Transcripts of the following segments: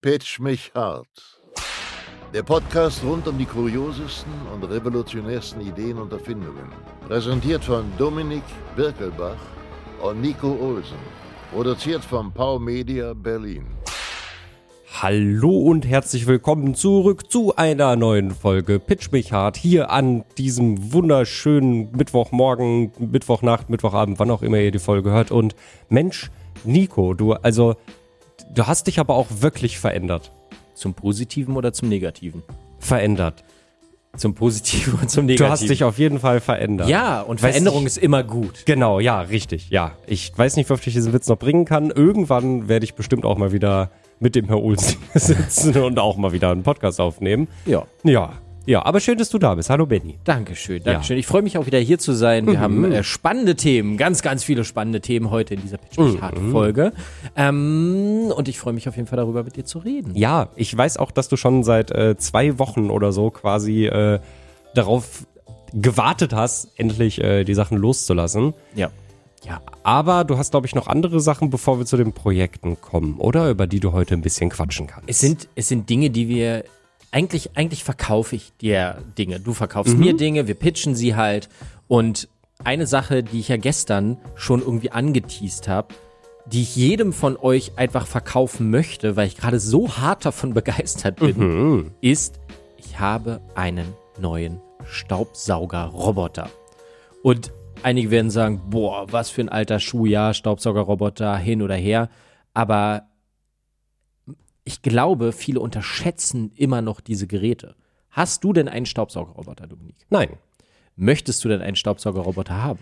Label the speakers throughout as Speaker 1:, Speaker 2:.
Speaker 1: Pitch mich hart. Der Podcast rund um die kuriosesten und revolutionärsten Ideen und Erfindungen. Präsentiert von Dominik Birkelbach und Nico Olsen. Produziert von Pau Media Berlin.
Speaker 2: Hallo und herzlich willkommen zurück zu einer neuen Folge Pitch mich hart hier an diesem wunderschönen Mittwochmorgen, Mittwochnacht, Mittwochabend, wann auch immer ihr die Folge hört. Und Mensch, Nico, du, also, du hast dich aber auch wirklich verändert.
Speaker 3: Zum Positiven oder zum Negativen?
Speaker 2: Verändert.
Speaker 3: Zum Positiven und zum
Speaker 2: Du
Speaker 3: Negativen.
Speaker 2: hast dich auf jeden Fall verändert.
Speaker 3: Ja, und
Speaker 2: Weiß
Speaker 3: Veränderung
Speaker 2: ich-
Speaker 3: ist immer gut.
Speaker 2: Genau, ja, richtig, ja. Ich weiß nicht, wie oft ich diesen Witz noch bringen kann. Irgendwann werde ich bestimmt auch mal wieder mit dem Herr Olsen sitzen und auch mal wieder einen Podcast aufnehmen.
Speaker 3: Ja.
Speaker 2: Ja, ja, aber schön, dass du da bist. Hallo Benny.
Speaker 3: Dankeschön, Dankeschön. Ich freue mich auch wieder hier zu sein.
Speaker 2: Mhm.
Speaker 3: Wir haben äh, spannende Themen, ganz, ganz viele spannende Themen heute in dieser Pitch
Speaker 2: Mhm.
Speaker 3: mich hart Folge. Ähm, und ich freue mich auf jeden Fall darüber, mit dir zu reden.
Speaker 2: Ja, ich weiß auch, dass du schon seit äh, zwei Wochen oder so quasi äh, darauf gewartet hast, endlich äh, die Sachen loszulassen.
Speaker 3: Ja.
Speaker 2: Aber du hast, glaube ich, noch andere Sachen, bevor wir zu den Projekten kommen, oder? Über die du heute ein bisschen quatschen kannst.
Speaker 3: Es sind, es sind Dinge, die wir. Eigentlich, eigentlich verkaufe ich dir Dinge. Du verkaufst mir Dinge, wir pitchen sie halt. Und eine Sache, die ich ja gestern schon irgendwie angeteased habe, die ich jedem von euch einfach verkaufen möchte, weil ich gerade so hart davon begeistert bin, ist, ich habe einen neuen Staubsaugerroboter. Und einige werden sagen, boah, was für ein alter Schuh, ja, Staubsaugerroboter, hin oder her. Aber ich glaube, viele unterschätzen immer noch diese Geräte. Hast du denn einen Staubsaugerroboter, Dominik?
Speaker 2: Nein.
Speaker 3: Möchtest du denn einen Staubsaugerroboter haben?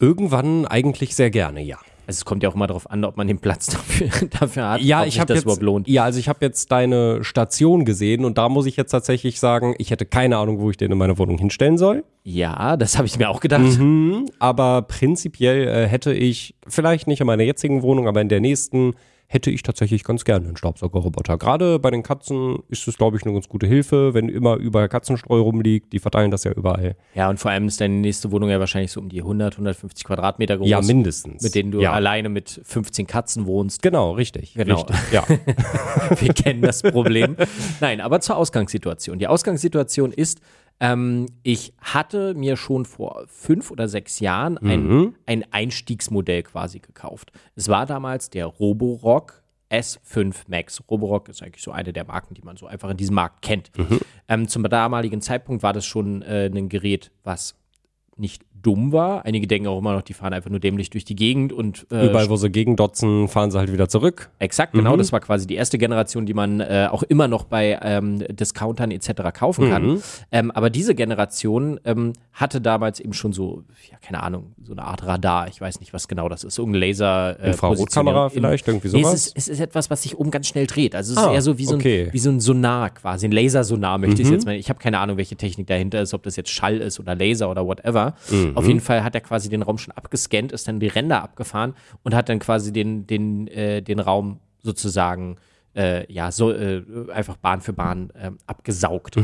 Speaker 2: Irgendwann eigentlich sehr gerne, ja.
Speaker 3: Also es kommt ja auch immer darauf an, ob man den Platz dafür, dafür hat.
Speaker 2: Ja,
Speaker 3: ob
Speaker 2: ich
Speaker 3: sich
Speaker 2: habe
Speaker 3: das
Speaker 2: jetzt
Speaker 3: überhaupt lohnt.
Speaker 2: ja, also ich habe jetzt deine Station gesehen und da muss ich jetzt tatsächlich sagen, ich hätte keine Ahnung, wo ich den in meiner Wohnung hinstellen soll.
Speaker 3: Ja, das habe ich mir auch gedacht.
Speaker 2: Mhm. Aber prinzipiell äh, hätte ich vielleicht nicht in meiner jetzigen Wohnung, aber in der nächsten hätte ich tatsächlich ganz gerne einen Staubsaugerroboter. Gerade bei den Katzen ist es, glaube ich, eine ganz gute Hilfe, wenn immer überall Katzenstreu rumliegt. Die verteilen das ja überall.
Speaker 3: Ja, und vor allem ist deine nächste Wohnung ja wahrscheinlich so um die 100, 150 Quadratmeter groß.
Speaker 2: Ja, mindestens.
Speaker 3: Mit denen du
Speaker 2: ja.
Speaker 3: alleine mit 15 Katzen wohnst.
Speaker 2: Genau, richtig.
Speaker 3: Genau.
Speaker 2: Richtig, ja.
Speaker 3: Wir kennen das Problem. Nein, aber zur Ausgangssituation. Die Ausgangssituation ist, ähm, ich hatte mir schon vor fünf oder sechs Jahren ein,
Speaker 2: Mhm.
Speaker 3: ein Einstiegsmodell quasi gekauft. Es war damals der Roborock S5 Max. Roborock ist eigentlich so eine der Marken, die man so einfach in diesem Markt kennt.
Speaker 2: Mhm.
Speaker 3: Ähm, zum damaligen Zeitpunkt war das schon äh, ein Gerät, was nicht dumm war. Einige denken auch immer noch, die fahren einfach nur dämlich durch die Gegend und äh,
Speaker 2: Überall, wo sie gegendotzen, fahren sie halt wieder zurück.
Speaker 3: Exakt, genau.
Speaker 2: Mhm.
Speaker 3: Das war quasi die erste Generation, die man äh, auch immer noch bei ähm, Discountern etc. kaufen kann.
Speaker 2: Mhm.
Speaker 3: Ähm, aber diese Generation ähm, hatte damals eben schon so, ja, keine Ahnung, so eine Art Radar. Ich weiß nicht, was genau das ist. Irgendein Laser. Äh,
Speaker 2: Infrarotkamera
Speaker 3: Positionierung.
Speaker 2: vielleicht, irgendwie
Speaker 3: Nee,
Speaker 2: sowas?
Speaker 3: es, ist, es ist etwas, was sich oben ganz schnell dreht. Also es ist
Speaker 2: Ah,
Speaker 3: eher so wie so,
Speaker 2: okay. Mhm.
Speaker 3: ein, wie so ein Sonar quasi, ein Lasersonar möchte ich es jetzt mal. Ich habe keine Ahnung, welche Technik dahinter ist, ob das jetzt Schall ist oder Laser oder whatever.
Speaker 2: Mhm.
Speaker 3: Auf jeden Fall hat er quasi den Raum schon abgescannt, ist dann die Ränder abgefahren und hat dann quasi den, den, äh, den Raum sozusagen äh, ja, so, äh, einfach Bahn für Bahn ähm, abgesaugt.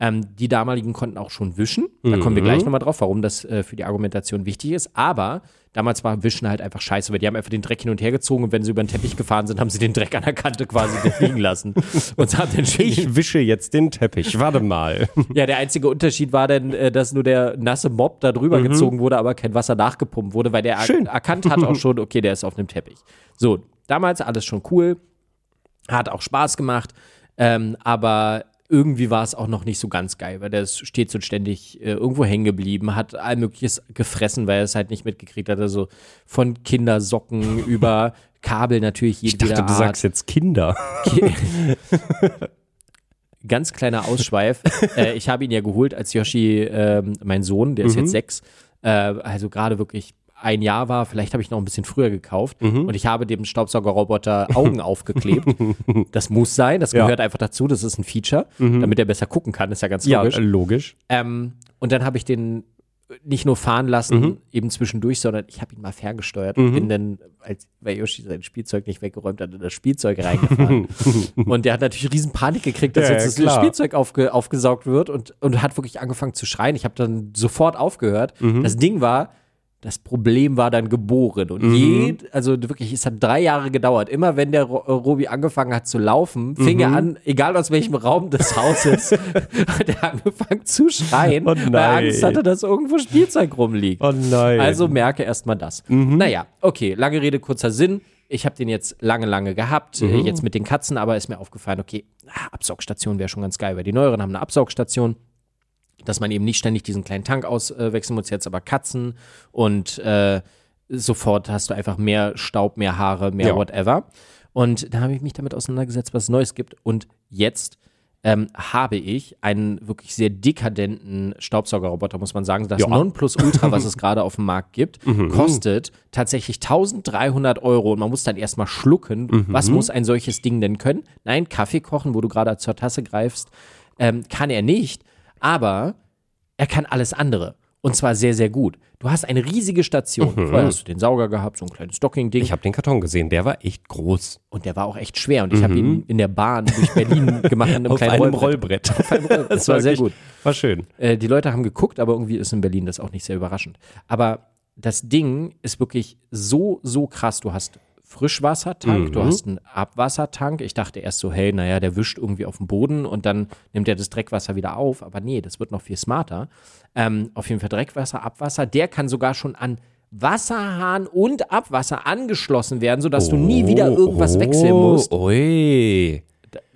Speaker 3: Ähm, die damaligen konnten auch schon wischen. Da kommen wir gleich nochmal drauf, warum das äh, für die Argumentation wichtig ist. Aber damals war Wischen halt einfach scheiße, weil die haben einfach den Dreck hin und her gezogen und wenn sie über den Teppich gefahren sind, haben sie den Dreck an der Kante quasi liegen lassen. Und sie haben dann schön die
Speaker 2: Ich wische jetzt den Teppich. Warte mal.
Speaker 3: ja, der einzige Unterschied war dann, äh, dass nur der nasse Mob da drüber
Speaker 2: Mhm.
Speaker 3: gezogen wurde, aber kein Wasser nachgepumpt wurde, weil der er erkannt hat auch schon, okay, der ist auf einem Teppich. So, damals alles schon cool, hat auch Spaß gemacht, ähm, aber irgendwie war es auch noch nicht so ganz geil, weil der ist stets und ständig äh, irgendwo hängen geblieben, hat all mögliches gefressen, weil er es halt nicht mitgekriegt hat. Also von Kindersocken über Kabel natürlich
Speaker 2: Ich dachte,
Speaker 3: jedweder
Speaker 2: du
Speaker 3: Art.
Speaker 2: sagst jetzt Kinder.
Speaker 3: ganz kleiner Ausschweif. äh, ich habe ihn ja geholt, als Yoshi, ähm, mein Sohn, der ist
Speaker 2: Mhm.
Speaker 3: jetzt sechs, äh, also gerade wirklich ein Jahr war, vielleicht habe ich noch ein bisschen früher gekauft
Speaker 2: Mhm.
Speaker 3: und ich habe dem Staubsaugerroboter Augen aufgeklebt. Das muss sein, das
Speaker 2: Ja. Mhm.
Speaker 3: gehört einfach dazu, das ist ein Feature, damit er besser gucken kann, ist ja ganz
Speaker 2: Ja,
Speaker 3: logisch.
Speaker 2: äh, logisch.
Speaker 3: Ähm, und dann habe ich den nicht nur fahren lassen,
Speaker 2: Mhm.
Speaker 3: eben zwischendurch, sondern ich habe ihn mal ferngesteuert und bin dann, als weil Yoshi sein Spielzeug nicht weggeräumt hat, in das Spielzeug reingefahren. und der hat natürlich riesen Panik gekriegt, dass
Speaker 2: Ja,
Speaker 3: jetzt
Speaker 2: ja,
Speaker 3: das
Speaker 2: klar.
Speaker 3: Spielzeug aufge,
Speaker 2: Mhm.
Speaker 3: aufgesaugt wird und, und hat wirklich angefangen zu schreien. Ich habe dann sofort aufgehört. Das Ding war Das Problem war dann geboren.
Speaker 2: Mhm.
Speaker 3: Und jed, also wirklich, es hat drei Jahre gedauert. Immer wenn der Ro- äh, Robi angefangen hat zu laufen, fing
Speaker 2: Mhm.
Speaker 3: er an, egal aus welchem Raum des Hauses, hat er angefangen zu schreien,
Speaker 2: Oh
Speaker 3: weil er Angst
Speaker 2: nein.
Speaker 3: hatte, dass irgendwo Spielzeug rumliegt.
Speaker 2: Oh nein.
Speaker 3: Also merke erstmal das. Naja, okay, lange Rede, kurzer Sinn. Ich habe den jetzt lange, lange gehabt, äh, jetzt mit den Katzen, aber ist mir aufgefallen, okay, ah, Absaugstation wäre schon ganz geil, weil die neueren haben eine Absaugstation, dass man eben nicht ständig diesen kleinen Tank auswechseln muss, jetzt aber Katzen und äh, sofort hast du einfach mehr Staub, mehr Haare, mehr
Speaker 2: Ja.
Speaker 3: whatever. Und da habe ich mich damit auseinandergesetzt, was es Neues gibt. Und jetzt ähm, habe ich einen wirklich sehr dekadenten Staubsaugerroboter, muss man sagen. Das
Speaker 2: Ja. Mhm.
Speaker 3: Nonplusultra, was es gerade auf dem Markt gibt, kostet tatsächlich 1300 Euro. Und man muss dann erstmal schlucken.
Speaker 2: Mhm.
Speaker 3: Was muss ein solches Ding denn können? Nein, Kaffee kochen, wo du gerade zur Tasse greifst, ähm, kann er nicht. Aber er kann alles andere. Und zwar sehr, sehr gut. Du hast eine riesige Station. Vorher hast du den Sauger gehabt, so ein kleines Stocking-Ding.
Speaker 2: Ich habe den Karton gesehen, der war echt groß.
Speaker 3: Und der war auch echt schwer. Und ich habe ihn in der Bahn durch Berlin gemacht. In Mhm. einem kleinen Rollbrett.
Speaker 2: Auf einem Rollbrett.
Speaker 3: Das war sehr
Speaker 2: wirklich- War schön.
Speaker 3: Äh, die Leute haben geguckt, aber irgendwie ist in Berlin das auch nicht sehr überraschend. Aber das Ding ist wirklich so, so krass. Du hast Frischwassertank,
Speaker 2: Mhm.
Speaker 3: du hast einen Abwassertank. Ich dachte erst so, hey, naja, der wischt irgendwie auf den Boden und dann nimmt er das Dreckwasser wieder auf. Aber nee, das wird noch viel smarter. Ähm, auf jeden Fall Dreckwasser, Abwasser. Der kann sogar schon an Wasserhahn und Abwasser angeschlossen werden, sodass du nie wieder irgendwas wechseln musst.
Speaker 2: Ui.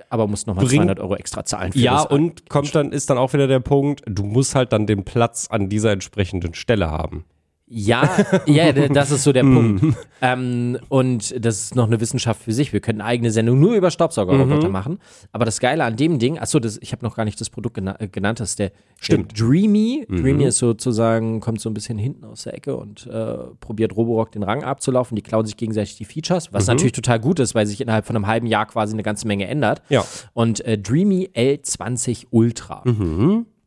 Speaker 3: Aber musst nochmal
Speaker 2: Oh. Bring-
Speaker 3: 200 Euro extra zahlen für
Speaker 2: Ja,
Speaker 3: das
Speaker 2: und kommt dann, ist dann auch wieder der Punkt, du musst halt dann den Platz an dieser entsprechenden Stelle haben.
Speaker 3: Ja, ja, d- das ist so der Punkt. Ähm, und das ist noch eine Wissenschaft für sich. Wir können eine eigene Sendung nur über Staubsaugerroboter machen. Aber das Geile an dem Ding, achso, das, ich habe noch gar nicht das Produkt gena äh, genannt, das ist der, Stimmt. der Dreamy. Dreamy ist sozusagen, kommt so ein bisschen hinten aus der Ecke und äh, probiert Roborock den Rang abzulaufen. Die klauen sich gegenseitig die Features, was natürlich total gut ist, weil sich innerhalb von einem halben Jahr quasi eine ganze Menge ändert.
Speaker 2: Ja.
Speaker 3: Und äh, Dreamy L20 Ultra.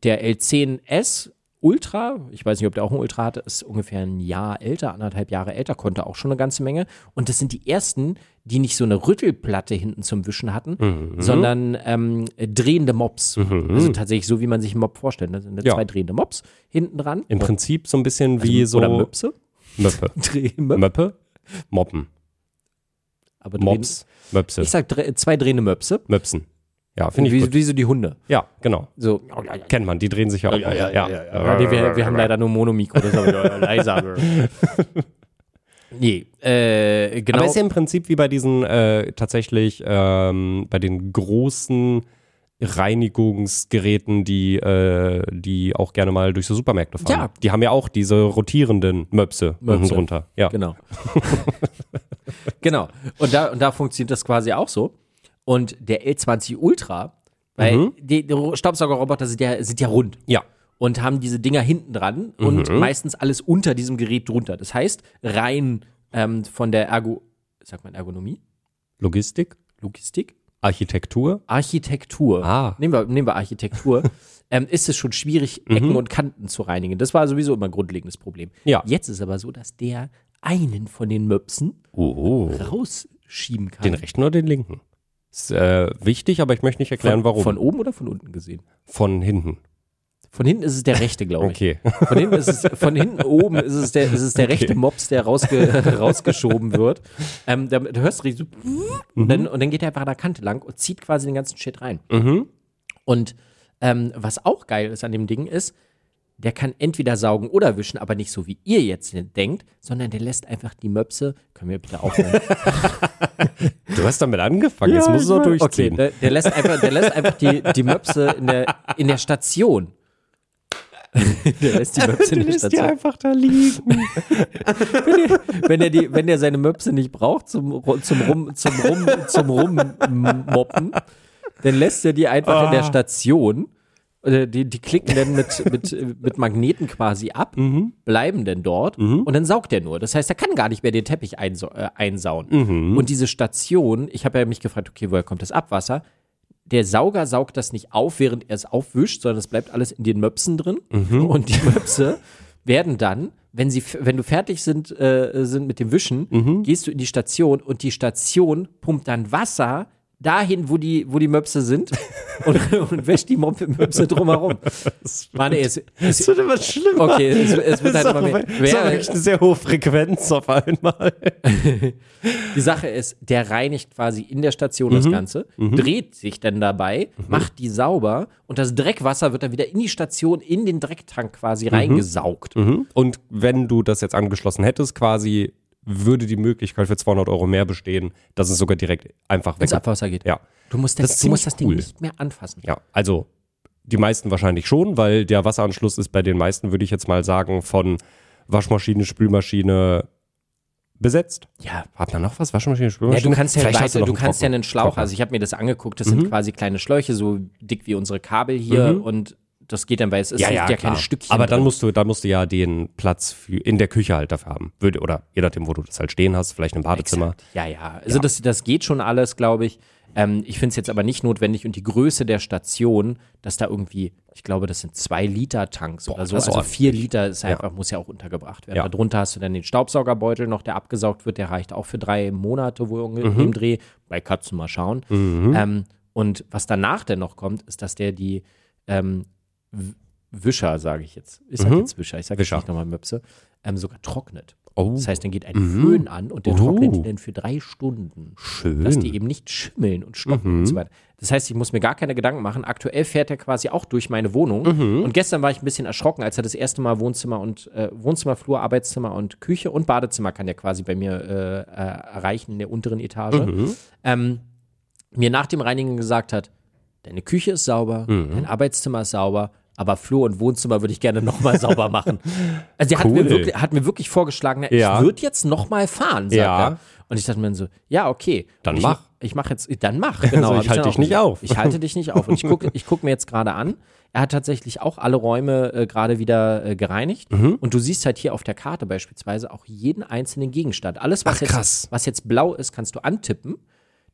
Speaker 3: Der L10S Ultra, ich weiß nicht, ob der auch ein Ultra hatte, ist ungefähr ein Jahr älter, anderthalb Jahre älter, konnte auch schon eine ganze Menge. Und das sind die ersten, die nicht so eine Rüttelplatte hinten zum Wischen hatten,
Speaker 2: Mhm.
Speaker 3: sondern ähm, drehende Mops. Also tatsächlich so, wie man sich einen Mob vorstellt. Da sind
Speaker 2: Ja.
Speaker 3: zwei drehende Mops hinten dran.
Speaker 2: Im Prinzip so ein bisschen wie so.
Speaker 3: Oder Möpse.
Speaker 2: Möppe.
Speaker 3: Drehende
Speaker 2: Möppe? Moppen.
Speaker 3: Aber
Speaker 2: Mops. Möpse.
Speaker 3: drehende- Ich sag dre zwei drehende Möpse.
Speaker 2: Möpsen. Ja, finde ich
Speaker 3: wie, Oh,
Speaker 2: gut.
Speaker 3: wie so die Hunde.
Speaker 2: Ja, genau.
Speaker 3: So.
Speaker 2: Kennt man, die drehen sich ja auch.
Speaker 1: ja, ja, ja, ja.
Speaker 3: Ja, nee, wir, wir haben leider nur Monomikro, das ist aber leiser. Nee, äh, genau.
Speaker 2: Aber ist ja im Prinzip wie bei diesen äh, tatsächlich ähm, bei den großen Reinigungsgeräten, die, äh, die auch gerne mal durch so Supermärkte fahren.
Speaker 3: Ja.
Speaker 2: Die haben ja auch diese rotierenden Möpse, unten
Speaker 3: Möpse.
Speaker 2: drunter. Ja.
Speaker 3: Genau. genau. Und da, und da funktioniert das quasi auch so. Und der L20 Ultra, weil
Speaker 2: Mhm.
Speaker 3: die, die Ro- Staubsaugerroboter sind ja, sind ja rund.
Speaker 2: Ja.
Speaker 3: Und haben diese Dinger hinten dran und
Speaker 2: Mhm.
Speaker 3: meistens alles unter diesem Gerät drunter. Das heißt, rein ähm, von der Ergo, sagt man Ergonomie,
Speaker 2: Logistik,
Speaker 3: Logistik,
Speaker 2: Architektur.
Speaker 3: Architektur.
Speaker 2: Ah.
Speaker 3: Nehmen, wir, nehmen wir Architektur. ähm, ist es schon schwierig,
Speaker 2: Mhm.
Speaker 3: Ecken und Kanten zu reinigen. Das war sowieso immer ein grundlegendes Problem.
Speaker 2: Ja.
Speaker 3: Jetzt ist aber so, dass der einen von den Möpsen rausschieben kann.
Speaker 2: Den rechten oder den linken? Ist äh, wichtig, aber ich möchte nicht erklären,
Speaker 3: von,
Speaker 2: warum.
Speaker 3: Von oben oder von unten gesehen?
Speaker 2: Von hinten.
Speaker 3: Von hinten ist es der rechte, glaube ich.
Speaker 2: Okay.
Speaker 3: Von hinten, ist es, von hinten oben ist es der, ist es der rechte Mops, der rausge, rausgeschoben wird. Ähm, da, du hörst richtig so und, dann, und dann geht er einfach an der Kante lang und zieht quasi den ganzen Shit rein. Und ähm, was auch geil ist an dem Ding ist, der kann entweder saugen oder wischen, aber nicht so wie ihr jetzt denkt, sondern der lässt einfach die Möpse. Können wir bitte aufhören?
Speaker 2: Du hast damit angefangen, jetzt musst du es auch durchziehen.
Speaker 3: Okay, der, der lässt einfach, der lässt einfach die, die Möpse in der, in der Station. der lässt die Möpse in der Station.
Speaker 2: einfach da liegen.
Speaker 3: Wenn er, die, wenn er seine Möpse nicht braucht zum, Ru- zum, Rum, zum, Rum, zum Rummoppen, dann lässt er die einfach
Speaker 2: Ah.
Speaker 3: in der Station. Äh, Die, die klicken dann mit, mit, mit Magneten quasi ab,
Speaker 2: Mhm.
Speaker 3: bleiben dann dort und dann saugt er nur. Das heißt, er kann gar nicht mehr den Teppich einsau äh, einsauen.
Speaker 2: Mhm.
Speaker 3: Und diese Station, ich habe ja mich gefragt, okay, woher kommt das Abwasser? der Sauger saugt das nicht auf, während er es aufwischt, sondern es bleibt alles in den Möpsen drin.
Speaker 2: Mhm.
Speaker 3: Und die Möpse werden dann, wenn, sie, wenn du fertig sind,
Speaker 2: Mhm.
Speaker 3: äh, sind mit dem Wischen, gehst du in die Station und die Station pumpt dann Wasser dahin, wo die, wo die Möpse sind und, und wäscht die Mop- Möpse drumherum. Mann, ey, es, es,
Speaker 2: Es wird immer schlimmer.
Speaker 3: Okay, es- es wird
Speaker 2: Das
Speaker 3: halt
Speaker 2: ist
Speaker 3: immer mehr.
Speaker 2: aber- Das ist aber
Speaker 3: Wer-
Speaker 2: wirklich eine sehr hohe Frequenz auf einmal.
Speaker 3: Die Sache ist, der reinigt quasi in der Station
Speaker 2: Mhm.
Speaker 3: das Ganze, dreht sich dann dabei, macht die sauber und das Dreckwasser wird dann wieder in die Station, in den Drecktank quasi
Speaker 2: Mhm.
Speaker 3: reingesaugt.
Speaker 2: Und wenn du das jetzt angeschlossen hättest, quasi würde die Möglichkeit für 200 Euro mehr bestehen, dass es sogar direkt einfach weg
Speaker 3: Ins Abwasser geht.
Speaker 2: Ja.
Speaker 3: Du musst
Speaker 2: Das
Speaker 3: das,
Speaker 2: ist
Speaker 3: du musst
Speaker 2: ziemlich
Speaker 3: das Ding
Speaker 2: cool.
Speaker 3: nicht mehr anfassen.
Speaker 2: Ja, also die meisten wahrscheinlich schon, weil der Wasseranschluss ist bei den meisten, würde ich jetzt mal sagen, von Waschmaschine, Spülmaschine besetzt.
Speaker 3: Ja.
Speaker 2: Hat man noch was? Waschmaschine,
Speaker 3: Ja,
Speaker 2: Spülmaschine?
Speaker 3: du kannst ja,
Speaker 2: Vielleicht hast
Speaker 3: weißt du,
Speaker 2: noch
Speaker 3: du kannst ja
Speaker 2: Trockner.
Speaker 3: einen Schlauch, also ich habe mir das angeguckt, das
Speaker 2: Mhm.
Speaker 3: sind quasi kleine Schläuche, so dick wie unsere Kabel hier und das geht dann, weil es ist
Speaker 2: ja,
Speaker 3: ja,
Speaker 2: ja,
Speaker 3: ja
Speaker 2: klar.
Speaker 3: keine Stückchen.
Speaker 2: Aber dann
Speaker 3: drin.
Speaker 2: musst du, dann musst du ja den Platz für, in der Küche halt dafür haben. Würde, oder je nachdem, wo du das halt stehen hast, vielleicht im Badezimmer.
Speaker 3: Exakt. Ja, ja. Also Das, das geht schon alles, glaube ich. Ähm, ich finde es jetzt aber nicht notwendig und die Größe der Station, dass da irgendwie, ich glaube, das sind zwei Liter Tanks oder so.
Speaker 2: das ist
Speaker 3: Also
Speaker 2: ordentlich.
Speaker 3: vier Liter ist einfach, muss ja auch untergebracht werden.
Speaker 2: Ja.
Speaker 3: Darunter hast du dann den Staubsaugerbeutel noch, der abgesaugt wird, der reicht auch für drei Monate wohl unge-
Speaker 2: Mhm.
Speaker 3: im Dreh. Bei Katzen mal schauen. Ähm, und was danach denn noch kommt, ist, dass der die ähm, W- Wischer, sage ich jetzt. Ist halt jetzt Wischer, ich sage jetzt
Speaker 2: Mhm. Wischer.
Speaker 3: nicht nochmal Möpse, ähm, sogar trocknet.
Speaker 2: Oh.
Speaker 3: Das heißt, dann geht ein Föhn an und der trocknet
Speaker 2: Oh.
Speaker 3: die dann für drei Stunden.
Speaker 2: Schön. Mhm.
Speaker 3: Dass die eben nicht schimmeln und stocken und so weiter. Das heißt, ich muss mir gar keine Gedanken machen. Aktuell fährt er quasi auch durch meine Wohnung.
Speaker 2: Mhm.
Speaker 3: Und gestern war ich ein bisschen erschrocken, als er das erste Mal Wohnzimmer und äh, Wohnzimmer, Flur, Arbeitszimmer und Küche und Badezimmer kann er quasi bei mir äh, äh, erreichen in der unteren Etage.
Speaker 2: Mhm.
Speaker 3: Ähm, mir nach dem Reinigen gesagt hat, deine Küche ist sauber,
Speaker 2: Mhm.
Speaker 3: dein Arbeitszimmer ist sauber, aber Flur und Wohnzimmer würde ich gerne nochmal sauber machen. Also der hat,
Speaker 2: Cool.
Speaker 3: mir wirklich, hat mir wirklich vorgeschlagen, na,
Speaker 2: Ja.
Speaker 3: ich würde jetzt nochmal fahren, sagt
Speaker 2: Ja.
Speaker 3: er. Und ich dachte mir dann so, ja, okay.
Speaker 2: Dann
Speaker 3: ich,
Speaker 2: mach.
Speaker 3: Ich mach jetzt, dann mach, genau.
Speaker 2: Also ich
Speaker 3: hab
Speaker 2: halte
Speaker 3: dann
Speaker 2: dich
Speaker 3: auch
Speaker 2: nicht
Speaker 3: gesagt.
Speaker 2: auf.
Speaker 3: Ich halte dich nicht auf. Und ich gucke ich guck mir jetzt gerade an, er hat tatsächlich auch alle Räume äh, gerade wieder äh, gereinigt.
Speaker 2: Mhm.
Speaker 3: Und du siehst halt hier auf der Karte beispielsweise auch jeden einzelnen Gegenstand. Alles, was,
Speaker 2: Ach, krass.
Speaker 3: jetzt, was jetzt blau ist, kannst du antippen.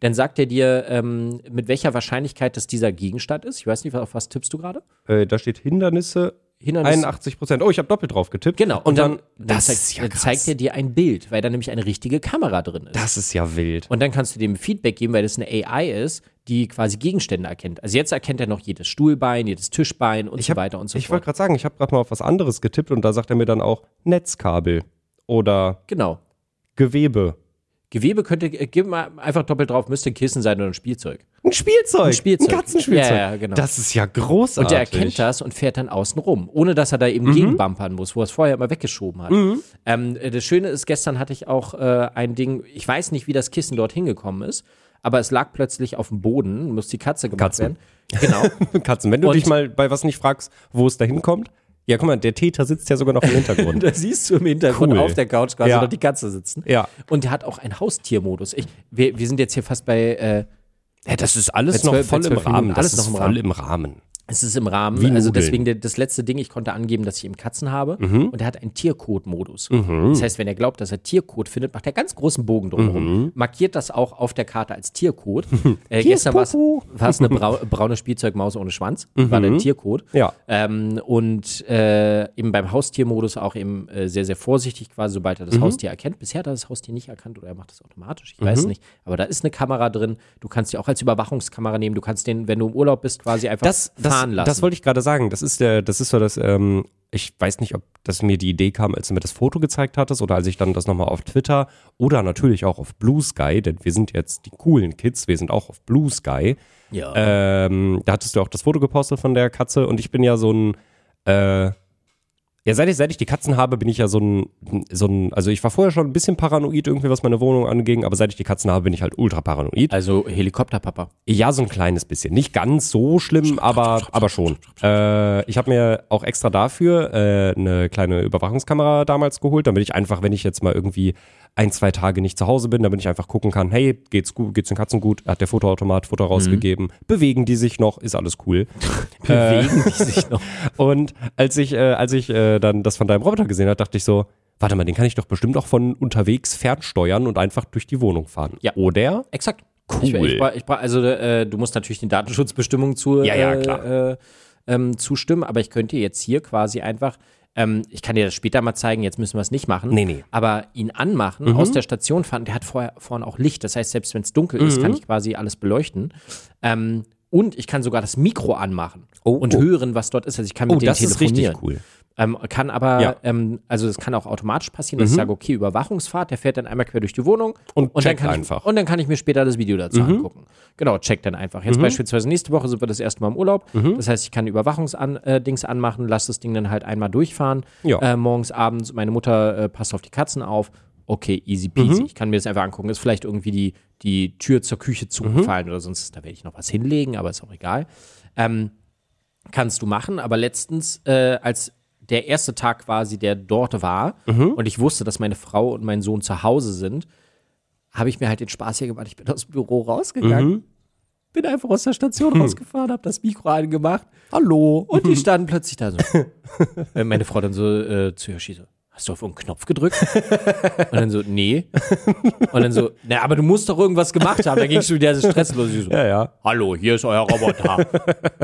Speaker 3: Dann sagt er dir, ähm, mit welcher Wahrscheinlichkeit das dieser Gegenstand ist. Ich weiß nicht, auf was tippst du gerade?
Speaker 2: Äh, da steht Hindernisse,
Speaker 3: ne? Hindernisse.
Speaker 2: 81 Prozent. Oh, ich habe doppelt drauf getippt.
Speaker 3: Genau.
Speaker 2: Und, dann,
Speaker 3: das zeigt, dann zeigt er dir ein Bild, weil da nämlich eine richtige Kamera drin ist.
Speaker 2: das ist ja wild.
Speaker 3: Und dann kannst du dem Feedback geben, weil das eine AI ist, die quasi Gegenstände erkennt. Also jetzt erkennt er noch jedes Stuhlbein, jedes Tischbein und so weiter und so
Speaker 2: ich
Speaker 3: fort.
Speaker 2: wollte gerade sagen, ich habe gerade mal auf was anderes getippt und da sagt er mir dann auch Netzkabel oder
Speaker 3: Genau.
Speaker 2: Gewebe.
Speaker 3: Gewebe könnte, äh, gib mal einfach doppelt drauf, müsste ein Kissen sein oder ein Spielzeug.
Speaker 2: Ein Spielzeug. Ein
Speaker 3: Spielzeug.
Speaker 2: Katzenspielzeug.
Speaker 3: Ja, ja, genau.
Speaker 2: Das ist ja großartig.
Speaker 3: Und der erkennt das und fährt dann außen rum, ohne dass er da
Speaker 2: Mhm.
Speaker 3: eben gegenbumpern muss, wo er es vorher immer weggeschoben hat. Ähm, äh, das Schöne ist, gestern hatte ich auch äh, ein Ding, ich weiß nicht, wie das Kissen dort hingekommen ist, aber es lag plötzlich auf dem Boden, muss die Katze gemacht
Speaker 2: Katzen.
Speaker 3: werden. Genau.
Speaker 2: Katzen, wenn du
Speaker 3: Und-
Speaker 2: dich mal bei was nicht fragst, wo es da hinkommt. Ja, guck mal, der Täter sitzt ja sogar noch im Hintergrund.
Speaker 3: Da siehst du im Hintergrund
Speaker 2: Cool.
Speaker 3: auf der Couch quasi
Speaker 2: Ja.
Speaker 3: noch die Katze sitzen.
Speaker 2: Ja.
Speaker 3: Und der hat auch einen Haustiermodus. Ich, wir, wir sind jetzt hier fast bei, äh,
Speaker 2: ja, das ist alles
Speaker 3: Bei zwölf- bei zwölf Minuten,
Speaker 2: Alles
Speaker 3: alles
Speaker 2: ist
Speaker 3: noch im
Speaker 2: voll
Speaker 3: Rahmen.
Speaker 2: im Rahmen.
Speaker 3: es ist im Rahmen,
Speaker 2: Wie Nudeln.
Speaker 3: also
Speaker 2: Mhm.
Speaker 3: deswegen der, das letzte Ding, ich konnte angeben, dass ich eben Katzen habe. Und er hat einen Tiercode-Modus. Das heißt, wenn er glaubt, dass er Tiercode findet, macht er ganz großen Bogen
Speaker 2: Mhm.
Speaker 3: drumherum, markiert das auch auf der Karte als Tiercode. äh,
Speaker 2: Hier ist
Speaker 3: gestern war es
Speaker 2: Pupu.
Speaker 3: war es eine brau braune Spielzeugmaus ohne Schwanz, war der Tiercode.
Speaker 2: Mhm. Ja.
Speaker 3: Ähm, und äh, eben beim Haustiermodus auch eben äh, sehr, sehr vorsichtig quasi, sobald
Speaker 2: Mhm.
Speaker 3: er das Haustier erkennt. Bisher hat er das Haustier nicht erkannt oder er macht das automatisch, ich
Speaker 2: Mhm.
Speaker 3: weiß nicht. Aber da ist eine Kamera drin. Du kannst die auch als Überwachungskamera nehmen. Du kannst den, wenn du im Urlaub bist, quasi einfach
Speaker 2: das, das,
Speaker 3: fahren lassen.
Speaker 2: Das wollte ich gerade sagen. Das ist der, das ist so das, ähm, ich weiß nicht, ob das mir die Idee kam, als du mir das Foto gezeigt hattest oder als ich dann das nochmal auf Twitter oder natürlich auch auf Blue Sky, denn wir sind jetzt die coolen Kids, wir sind auch auf Blue Sky.
Speaker 3: ja.
Speaker 2: Ähm, da hattest du auch das Foto gepostet von der Katze und ich bin ja so ein, äh, ja, seit ich, seit ich die Katzen habe, bin ich ja so ein, so ein, also ich war vorher schon ein bisschen paranoid irgendwie, was meine Wohnung anging, aber seit ich die Katzen habe, bin ich halt ultra paranoid.
Speaker 3: also Helikopterpapa.
Speaker 2: Ja, so ein kleines bisschen. Nicht ganz so schlimm, aber, aber schon. Äh, ich habe mir auch extra dafür äh, eine kleine Überwachungskamera damals geholt, damit ich einfach, wenn ich jetzt mal irgendwie ein, zwei Tage nicht zu Hause bin, damit ich einfach gucken kann, hey, geht's gut, geht's den Katzen gut, hat der Fotoautomat Futter rausgegeben, bewegen die sich noch, ist alles cool.
Speaker 3: Bewegen die sich noch.
Speaker 2: Und als ich, äh, als ich äh, dann das von deinem Roboter gesehen habe, dachte ich so, warte mal, den kann ich doch bestimmt auch von unterwegs fernsteuern und einfach durch die Wohnung fahren.
Speaker 3: Ja.
Speaker 2: Oder?
Speaker 3: Exakt.
Speaker 2: Cool.
Speaker 3: Ich, ich, bra- ich, bra- also äh, du musst natürlich den Datenschutzbestimmungen zu,
Speaker 2: Ja, ja,
Speaker 3: äh,
Speaker 2: klar.
Speaker 3: Äh, ähm, zustimmen, aber ich könnte jetzt hier quasi einfach Ähm, ich kann dir das später mal zeigen, jetzt müssen wir es nicht machen.
Speaker 2: Nee, Mhm. nee.
Speaker 3: Aber ihn anmachen, aus der Station fahren, der hat vorher, vorne auch Licht. Das heißt, selbst wenn es dunkel ist,
Speaker 2: Mhm.
Speaker 3: kann ich quasi alles beleuchten. Ähm, und ich kann sogar das Mikro anmachen
Speaker 2: Oh,
Speaker 3: und
Speaker 2: oh.
Speaker 3: hören, was dort ist. Also ich kann mit
Speaker 2: Oh,
Speaker 3: denen
Speaker 2: das ist
Speaker 3: telefonieren.
Speaker 2: richtig cool.
Speaker 3: Ähm, kann aber,
Speaker 2: Ja. Mhm.
Speaker 3: ähm, also es kann auch automatisch passieren, dass ich sage, okay, Überwachungsfahrt, der fährt dann einmal quer durch die Wohnung
Speaker 2: Und
Speaker 3: dann
Speaker 2: checkt
Speaker 3: kann
Speaker 2: einfach.
Speaker 3: Ich, und dann kann ich mir später das Video dazu angucken. Genau, checkt dann einfach. Jetzt beispielsweise nächste Woche sind wir das erste Mal im Urlaub. Das heißt, ich kann Überwachungsdings an, äh, Dings anmachen, lasse das Ding dann halt einmal durchfahren.
Speaker 2: Ja.
Speaker 3: Äh, morgens, abends, meine Mutter äh, passt auf die Katzen auf. Okay, easy peasy. Ich kann mir das einfach angucken. Ist vielleicht irgendwie die, die Tür zur Küche zugefallen oder sonst, da werde ich noch was hinlegen, aber ist auch egal. Ähm, kannst du machen, aber letztens, äh, als der erste Tag quasi, der dort war, und ich wusste, dass meine Frau und mein Sohn zu Hause sind, habe ich mir halt den Spaß hier gemacht. Ich bin aus dem Büro rausgegangen, bin einfach aus der Station rausgefahren, habe das Mikro angemacht. Hallo. Und die standen plötzlich da so. Äh, meine Frau dann so äh, zu Yoshi so. Hast du auf irgendeinen Knopf gedrückt? Und dann so, nee. Und dann so, na, aber du musst doch irgendwas gemacht haben. Da ging schon wieder so stresslos. Ich so,
Speaker 2: Ja, ja.
Speaker 3: Hallo, hier ist euer Roboter.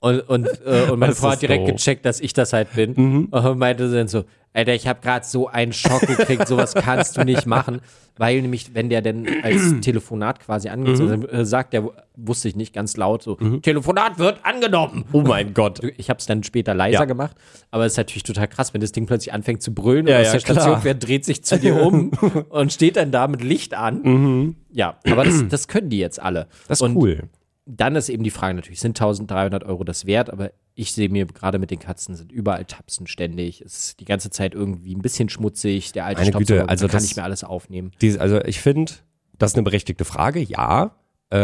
Speaker 3: und, und, äh, und meine
Speaker 2: Das
Speaker 3: Frau
Speaker 2: ist
Speaker 3: hat direkt
Speaker 2: doof. Mhm.
Speaker 3: gecheckt, dass ich das halt bin. Und meinte dann so, Alter, ich habe gerade so einen Schock gekriegt, sowas kannst du nicht machen. Weil nämlich, wenn der denn als Telefonat quasi angezogen
Speaker 2: Mhm.
Speaker 3: äh, sagt, der w- wusste ich nicht ganz laut so, Telefonat wird angenommen.
Speaker 2: Oh mein Gott.
Speaker 3: Ich habe es dann später leiser
Speaker 2: Ja.
Speaker 3: gemacht, aber es ist natürlich total krass, wenn das Ding plötzlich anfängt zu brüllen
Speaker 2: Ja,
Speaker 3: und aus
Speaker 2: ja,
Speaker 3: der Station
Speaker 2: klar.
Speaker 3: wer dreht sich zu dir um und steht dann da mit Licht an. Ja, aber das, das können die jetzt alle.
Speaker 2: Mhm. Das ist
Speaker 3: und
Speaker 2: cool.
Speaker 3: dann ist eben die Frage natürlich, sind 1300 Euro das wert? Aber ich sehe mir gerade mit den Katzen sind überall Tapsen ständig. Es ist die ganze Zeit irgendwie ein bisschen schmutzig. Der alte
Speaker 2: Meine Güte,
Speaker 3: Staubsauger
Speaker 2: also
Speaker 3: kann
Speaker 2: das-
Speaker 3: ich mir alles aufnehmen.
Speaker 2: Dies- also ich finde, das ist eine berechtigte Frage, ja. Äh,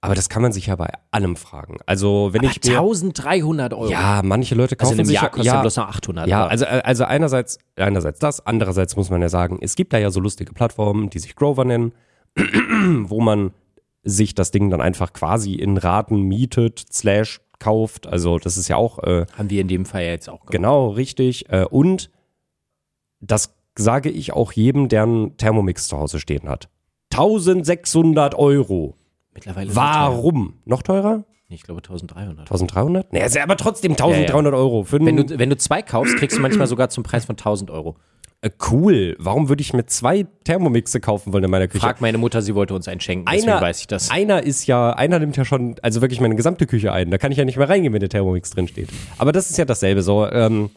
Speaker 2: aber das kann man sich ja bei allem fragen. Also wenn
Speaker 3: Aber
Speaker 2: ich mir,
Speaker 3: 1300 Euro.
Speaker 2: ja, manche Leute
Speaker 3: also
Speaker 2: kaufen
Speaker 3: in einem
Speaker 2: sich
Speaker 3: Jahr
Speaker 2: ja-
Speaker 3: kostet
Speaker 2: ja,
Speaker 3: bloß noch 800.
Speaker 2: ja,
Speaker 3: aber-
Speaker 2: also, äh, also einerseits, einerseits das, andererseits muss man ja sagen, es gibt da ja so lustige Plattformen, die sich Grover nennen, wo man sich das Ding dann einfach quasi in Raten mietet, slash kauft. Also das ist ja auch äh,
Speaker 3: haben wir in dem Fall ja jetzt auch gemacht.
Speaker 2: Genau, richtig. Äh, Und das sage ich auch jedem, der einen Thermomix zu Hause stehen hat. 1600 Euro.
Speaker 3: Mittlerweile Ist
Speaker 2: Warum? Noch teurer?
Speaker 3: es teuer. ich glaube 1300.
Speaker 2: 1300? Nee, ist ja aber trotzdem 1300 Euro. Für
Speaker 3: Wenn
Speaker 2: einen,
Speaker 3: du, wenn du zwei kaufst, kriegst du manchmal sogar zum Preis von 1000 Euro.
Speaker 2: äh, cool. Warum würde ich mir zwei Thermomixe kaufen wollen in meiner Küche?
Speaker 3: Frag meine Mutter, sie wollte uns einen schenken. Deswegen
Speaker 2: einer,
Speaker 3: weiß ich das.
Speaker 2: einer ist ja, einer nimmt ja schon, also wirklich meine gesamte Küche ein. Da kann ich ja nicht mehr reingehen, wenn der Thermomix drin steht. Aber das ist ja dasselbe. So, ähm,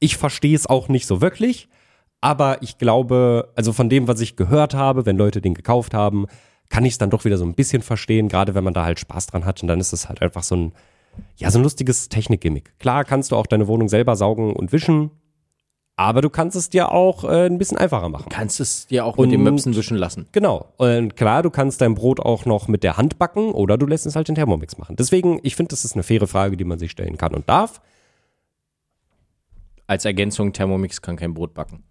Speaker 2: ich verstehe es auch nicht so wirklich, aber ich glaube, also von dem, was ich gehört habe, wenn Leute den gekauft haben, kann ich es dann doch wieder so ein bisschen verstehen, gerade wenn man da halt Spaß dran hat und dann ist es halt einfach so ein, ja, so ein lustiges Technikgimmick. Klar kannst du auch deine Wohnung selber saugen und wischen, aber du kannst es dir auch äh, ein bisschen einfacher machen.
Speaker 3: Kannst es dir auch mit dem
Speaker 2: Und-
Speaker 3: Möpsen wischen lassen.
Speaker 2: Genau. Und klar, du kannst dein Brot auch noch mit der Hand backen oder du lässt es halt in Thermomix machen. Deswegen, ich finde, das ist eine faire Frage, die man sich stellen kann und darf.
Speaker 3: Als Ergänzung, Thermomix kann kein Brot backen.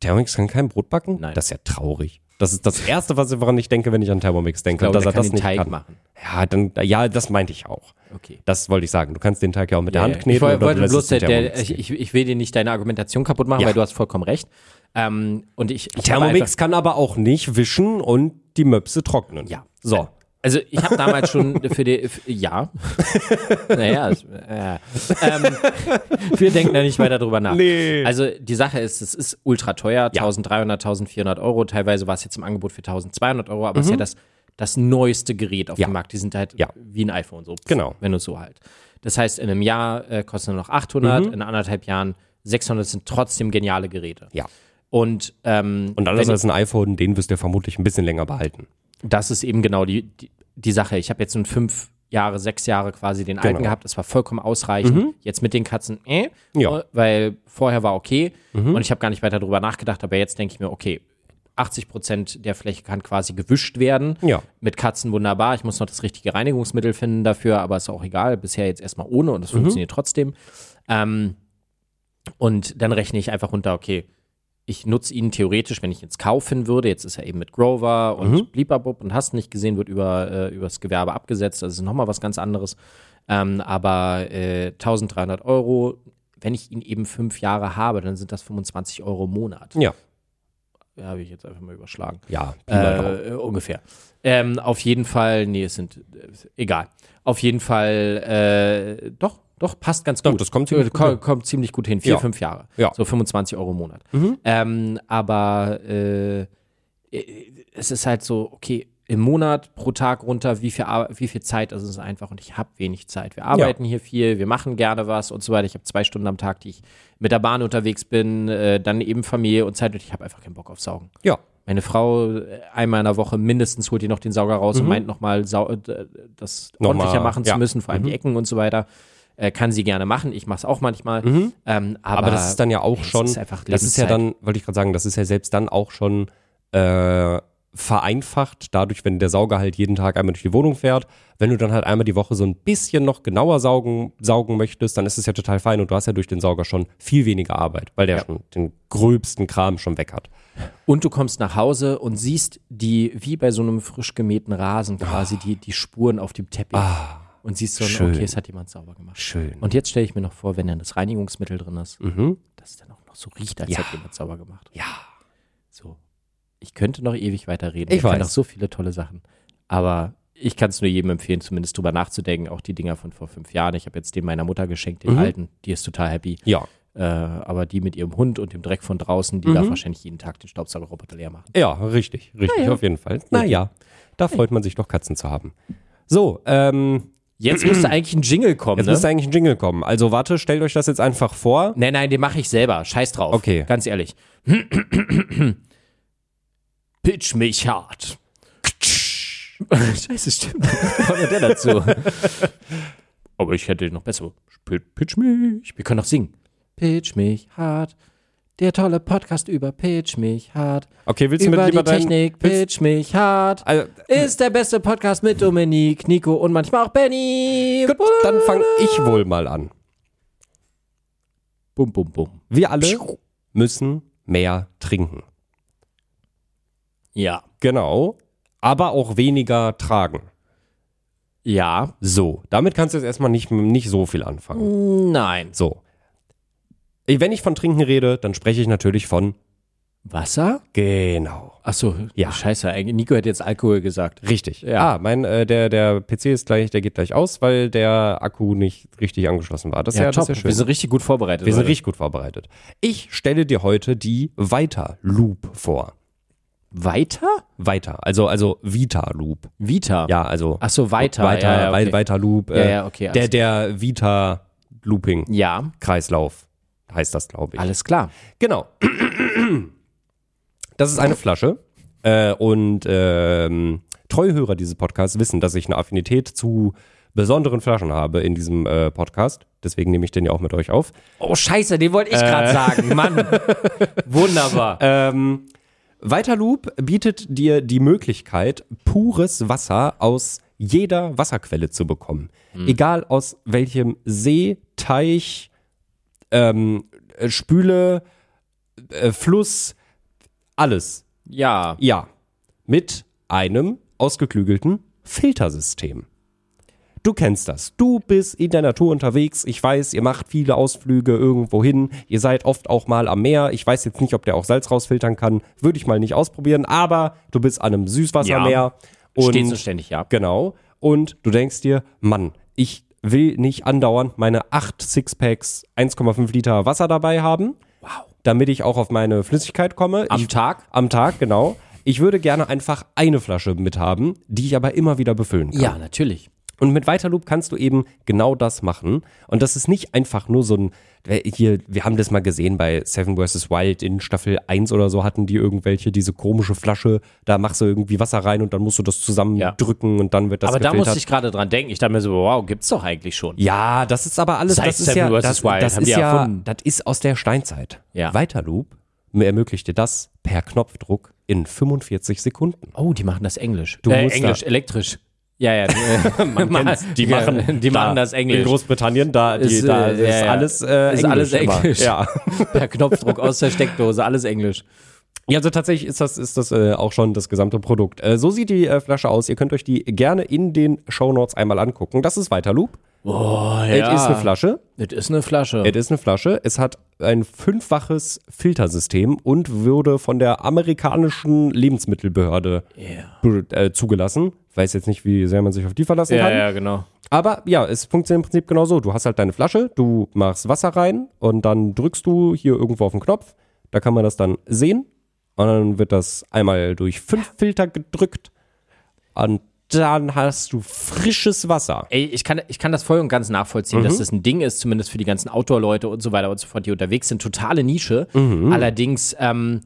Speaker 2: Thermomix kann kein Brot backen?
Speaker 3: Nein.
Speaker 2: Das ist ja traurig. Das ist das Erste, was, woran ich denke, wenn ich an Thermomix denke,
Speaker 3: Ich glaube,
Speaker 2: dass
Speaker 3: der
Speaker 2: er
Speaker 3: kann
Speaker 2: das
Speaker 3: den
Speaker 2: nicht
Speaker 3: Teig
Speaker 2: kann.
Speaker 3: machen.
Speaker 2: Ja, dann, ja, das meinte ich auch.
Speaker 3: Okay.
Speaker 2: Das wollte ich sagen. Du kannst den Teig ja auch mit der Hand kneten.
Speaker 3: ich wollte,
Speaker 2: oder du
Speaker 3: wollte
Speaker 2: lässt
Speaker 3: bloß, äh,
Speaker 2: es in
Speaker 3: der, der,
Speaker 2: Thermomix.
Speaker 3: ich, ich will dir nicht deine Argumentation kaputt machen,
Speaker 2: Ja.
Speaker 3: weil du hast vollkommen recht. Ähm, und ich, ich habe
Speaker 2: Thermomix kann aber auch nicht wischen und die Möpse trocknen.
Speaker 3: Ja.
Speaker 2: So.
Speaker 3: Also ich habe damals schon für die für, ja. naja, es- äh, ähm, wir denken da nicht weiter drüber nach.
Speaker 2: Nee.
Speaker 3: Also die Sache ist, es ist ultra teuer, 1300, 1400 Euro. Teilweise war es jetzt im Angebot für 1200 Euro, aber es ist ja das das neueste Gerät auf
Speaker 2: Mhm. Ja.
Speaker 3: dem Markt. Die sind halt
Speaker 2: Ja.
Speaker 3: wie ein iPhone so. Pff,
Speaker 2: Genau.
Speaker 3: Wenn du es so halt. Das heißt, in einem Jahr äh, kosten nur noch 800,
Speaker 2: Mhm.
Speaker 3: in anderthalb Jahren 600 sind trotzdem geniale Geräte.
Speaker 2: Ja.
Speaker 3: Und ähm,
Speaker 2: Und
Speaker 3: wenn-
Speaker 2: anders als ein iPhone, den wirst du ja vermutlich ein bisschen länger behalten.
Speaker 3: das ist eben genau die, die, die Sache. Ich habe jetzt nun fünf Jahre, sechs Jahre quasi den
Speaker 2: Genau.
Speaker 3: alten gehabt. Das war vollkommen ausreichend. Jetzt mit den Katzen, äh,
Speaker 2: Mhm. Ja. Mhm.
Speaker 3: weil vorher war okay und ich habe gar nicht weiter drüber nachgedacht. Aber jetzt denke ich mir, okay, 80 Prozent der Fläche kann quasi gewischt werden.
Speaker 2: Ja.
Speaker 3: Mit Katzen wunderbar. Ich muss noch das richtige Reinigungsmittel finden dafür, aber ist auch egal. Bisher jetzt erstmal ohne und das
Speaker 2: Mhm.
Speaker 3: funktioniert trotzdem. Ähm, und dann rechne ich einfach runter, okay, ich nutze ihn theoretisch, wenn ich jetzt kaufen würde. Jetzt ist er eben mit Grover und mhm. Bliebabub und hast nicht gesehen, wird über äh, übers Gewerbe abgesetzt. Das ist nochmal was ganz anderes. Ähm, aber äh, 1300 Euro, wenn ich ihn eben fünf Jahre habe, dann sind das 25 Euro im Monat.
Speaker 2: Ja.
Speaker 3: Ja, habe ich jetzt einfach mal überschlagen.
Speaker 2: Ja. Pi mal Daumen.
Speaker 3: Äh, äh, ungefähr. Ähm, auf jeden Fall, nee, es sind, äh, egal. Auf jeden Fall, äh, doch, Doch, passt ganz
Speaker 2: Doch,
Speaker 3: gut.
Speaker 2: das kommt ziemlich
Speaker 3: Äh,
Speaker 2: gut
Speaker 3: ko-
Speaker 2: hin.
Speaker 3: kommt ziemlich gut hin. Vier,
Speaker 2: Ja.
Speaker 3: fünf Jahre.
Speaker 2: Ja. Mhm.
Speaker 3: So 25 Euro im Monat. Ähm, aber äh, es ist halt so, okay, im Monat pro Tag runter, wie viel, Ar- wie viel Zeit ist es einfach? Und ich habe wenig Zeit. Wir arbeiten hier viel, wir machen gerne was und so weiter. Ich habe zwei Stunden am Tag, die ich mit der Bahn unterwegs bin, äh, dann eben Familie und Zeit. Und ich habe einfach keinen Bock auf Saugen.
Speaker 2: Ja.
Speaker 3: Meine Frau äh, einmal in der Woche mindestens holt ihr noch den Sauger raus und meint nochmal, sau äh, das
Speaker 2: Nochmal,
Speaker 3: ordentlicher machen
Speaker 2: Mhm. ja. Mhm.
Speaker 3: zu müssen, vor allem die Ecken und so weiter. Äh, kann sie gerne machen, ich mache es auch manchmal. Ähm, aber,
Speaker 2: Mhm. Aber das ist dann ja auch
Speaker 3: es
Speaker 2: schon,
Speaker 3: Ist einfach
Speaker 2: das ist ja
Speaker 3: Lebenszeit.
Speaker 2: dann, wollte ich gerade sagen, das ist ja selbst dann auch schon äh, vereinfacht, dadurch, wenn der Sauger halt jeden Tag einmal durch die Wohnung fährt. Wenn du dann halt einmal die Woche so ein bisschen noch genauer saugen, saugen möchtest, dann ist es ja total fein und du hast ja durch den Sauger schon viel weniger Arbeit, weil der schon den gröbsten Kram schon weg hat.
Speaker 3: Und du kommst nach Hause und siehst die, wie bei so einem frisch gemähten
Speaker 2: Ah.
Speaker 3: Rasen quasi, die, die Spuren auf dem Teppich. und siehst so,
Speaker 2: schön.
Speaker 3: okay, es hat jemand sauber gemacht.
Speaker 2: Schön.
Speaker 3: Und jetzt stelle ich mir noch vor, wenn dann das Reinigungsmittel drin ist,
Speaker 2: Mhm.
Speaker 3: dass es dann auch noch so riecht, als
Speaker 2: Ja.
Speaker 3: hätte jemand sauber gemacht.
Speaker 2: Ja.
Speaker 3: So. Ich könnte noch ewig weiterreden.
Speaker 2: Ich
Speaker 3: Da fallen
Speaker 2: weiß.
Speaker 3: noch so viele tolle Sachen. Aber ich kann es nur jedem empfehlen, zumindest drüber nachzudenken. Auch die Dinger von vor fünf Jahren. Ich habe jetzt den meiner Mutter geschenkt,
Speaker 2: Mhm.
Speaker 3: den alten. Die ist total happy.
Speaker 2: Ja.
Speaker 3: Äh, aber die mit ihrem Hund und dem Dreck von draußen, die
Speaker 2: Mhm.
Speaker 3: darf wahrscheinlich jeden Tag den Staubsaugerroboter leer machen.
Speaker 2: Ja, richtig, richtig, auf jeden Fall. Naja, da freut man sich doch, Katzen zu haben. So, ähm,
Speaker 3: Jetzt müsste eigentlich ein Jingle kommen,
Speaker 2: jetzt
Speaker 3: ne?
Speaker 2: müsste eigentlich ein Jingle kommen. Also warte, stellt euch das jetzt einfach vor.
Speaker 3: Nein, nein, den mache ich selber. Scheiß drauf.
Speaker 2: Okay.
Speaker 3: Ganz ehrlich. Pitch mich hart. Scheiße, stimmt. Kommt ja der dazu. Aber ich hätte noch besser. Pi- Pitch mich. Wir können noch singen. Pitch mich hart. Der tolle Podcast über Pitch mich hart.
Speaker 2: Okay, willst du
Speaker 3: Über
Speaker 2: mit
Speaker 3: die
Speaker 2: lieber deinen-
Speaker 3: Technik,
Speaker 2: willst-
Speaker 3: Pitch mich hart.
Speaker 2: Also,
Speaker 3: Ist der beste Podcast mit Dominik, Nico und manchmal auch Benny.
Speaker 2: Gut, dann fange ich wohl mal an.
Speaker 3: Bum, bum, bum.
Speaker 2: Wir alle müssen mehr trinken.
Speaker 3: Ja.
Speaker 2: Genau. Aber auch weniger tragen.
Speaker 3: Ja.
Speaker 2: So, damit kannst du jetzt erstmal nicht, nicht so viel anfangen.
Speaker 3: Mhm. Nein.
Speaker 2: So. Wenn ich von Trinken rede, dann spreche ich natürlich von
Speaker 3: Wasser?
Speaker 2: genau.
Speaker 3: Achso,
Speaker 2: Ja.
Speaker 3: ja. Scheiße, eigentlich- Nico hätte jetzt Alkohol gesagt.
Speaker 2: Richtig.
Speaker 3: Ja.
Speaker 2: Ah, mein, äh, der, der PC ist gleich, der geht gleich aus, weil der Akku nicht richtig angeschlossen war. Das ist ja, das ist ja schön.
Speaker 3: Wir sind richtig gut vorbereitet.
Speaker 2: Wir sind
Speaker 3: Leute.
Speaker 2: richtig gut vorbereitet. Ich stelle dir heute die Weiter-Loop vor.
Speaker 3: weiter?
Speaker 2: Weiter, also, also Vita-Loop.
Speaker 3: Vita.
Speaker 2: Ja, also.
Speaker 3: Achso, weiter.
Speaker 2: Weiter,
Speaker 3: ja, ja, okay.
Speaker 2: wei- weiter Loop. äh,
Speaker 3: Ja, ja, okay,
Speaker 2: der
Speaker 3: alles
Speaker 2: der Vita-Looping-Kreislauf
Speaker 3: Ja,
Speaker 2: heißt das, glaube ich.
Speaker 3: alles klar.
Speaker 2: Genau. Das ist eine Flasche. Äh, und ähm, Treuhörer dieses Podcasts wissen, dass ich eine Affinität zu besonderen Flaschen habe in diesem äh, Podcast. Deswegen nehme ich den ja auch mit euch auf.
Speaker 3: Oh, Scheiße, den wollte ich gerade sagen. Mann. Äh. Wunderbar.
Speaker 2: Äh, Weiterloop Ähm, bietet dir die Möglichkeit, pures Wasser aus jeder Wasserquelle zu bekommen. Egal aus welchem See, Teich, ähm, äh, Spüle, äh, Fluss, alles.
Speaker 3: ja.
Speaker 2: Ja, mit einem ausgeklügelten Filtersystem. Du kennst das. Du bist in der Natur unterwegs. Ich weiß, ihr macht viele Ausflüge irgendwo hin. Ihr seid oft auch mal am Meer. Ich weiß jetzt nicht, ob der auch Salz rausfiltern kann. Würde ich mal nicht ausprobieren. Aber du bist an einem Süßwassermeer. und
Speaker 3: Stets und ständig, ja.
Speaker 2: Genau. Und du denkst dir, Mann, ich will nicht andauernd meine 8 Sixpacks 1,5 Liter Wasser dabei haben. Wow. Damit ich auch auf meine Flüssigkeit komme.
Speaker 3: Am
Speaker 2: ich,
Speaker 3: Tag?
Speaker 2: Am Tag, genau. Ich würde gerne einfach eine Flasche mithaben, die ich aber immer wieder befüllen kann.
Speaker 3: Ja, natürlich.
Speaker 2: Und mit Weiterloop kannst du eben genau das machen. Und das ist nicht einfach nur so ein, äh, hier, wir haben das mal gesehen bei Seven vs. Wild in Staffel 1 oder so hatten die irgendwelche, diese komische Flasche, da machst du irgendwie Wasser rein und dann musst du das zusammendrücken und dann wird das
Speaker 3: Aber da
Speaker 2: gefiltert.
Speaker 3: musste ich gerade dran denken. Ich dachte mir so, wow, gibt's doch eigentlich schon.
Speaker 2: ja, das ist aber alles,
Speaker 3: Seit
Speaker 2: das ist
Speaker 3: Seven
Speaker 2: ja,
Speaker 3: vs.
Speaker 2: das,
Speaker 3: Wild
Speaker 2: das
Speaker 3: haben
Speaker 2: ist
Speaker 3: die
Speaker 2: ja,
Speaker 3: erfunden.
Speaker 2: das ist aus der Steinzeit.
Speaker 3: Ja.
Speaker 2: Weiterloop ermöglicht dir das per Knopfdruck in 45 Sekunden.
Speaker 3: Oh, die machen das Englisch.
Speaker 2: Du
Speaker 3: äh,
Speaker 2: musst
Speaker 3: Englisch,
Speaker 2: da-
Speaker 3: elektrisch. Ja, ja. äh,
Speaker 2: Die machen,
Speaker 3: die machen das Englisch.
Speaker 2: In Großbritannien, da, die,
Speaker 3: Ist,
Speaker 2: da
Speaker 3: äh,
Speaker 2: ist,
Speaker 3: ja, ja.
Speaker 2: alles, äh,
Speaker 3: Ist alles Englisch.
Speaker 2: immer. Ja.
Speaker 3: per Knopfdruck aus der Steckdose, alles Englisch.
Speaker 2: Ja, also tatsächlich ist das, ist das äh, auch schon das gesamte Produkt. Äh, so sieht die äh, Flasche aus. Ihr könnt euch die gerne in den Shownotes einmal angucken. Das ist Weiterloop.
Speaker 3: Boah,
Speaker 2: Es ist eine Flasche.
Speaker 3: Es ist eine Flasche.
Speaker 2: Es Oh, ist eine Flasche. Es hat ein fünffaches Filtersystem und wurde von der amerikanischen Lebensmittelbehörde be- äh, zugelassen. Weiß jetzt nicht, wie sehr man sich auf die verlassen
Speaker 3: ja,
Speaker 2: kann.
Speaker 3: ja, genau.
Speaker 2: Aber ja, es funktioniert im Prinzip genau so. Du hast halt deine Flasche, du machst Wasser rein und dann drückst du hier irgendwo auf den Knopf. Da kann man das dann sehen. Und dann wird das einmal durch fünf Filter gedrückt. Und dann hast du frisches Wasser.
Speaker 3: Ey, ich kann, ich kann das voll und ganz nachvollziehen,
Speaker 2: Mhm.
Speaker 3: dass das ein Ding ist, zumindest für die ganzen Outdoor-Leute und so weiter und so fort, die unterwegs sind. Totale Nische.
Speaker 2: Mhm.
Speaker 3: Allerdings, ähm,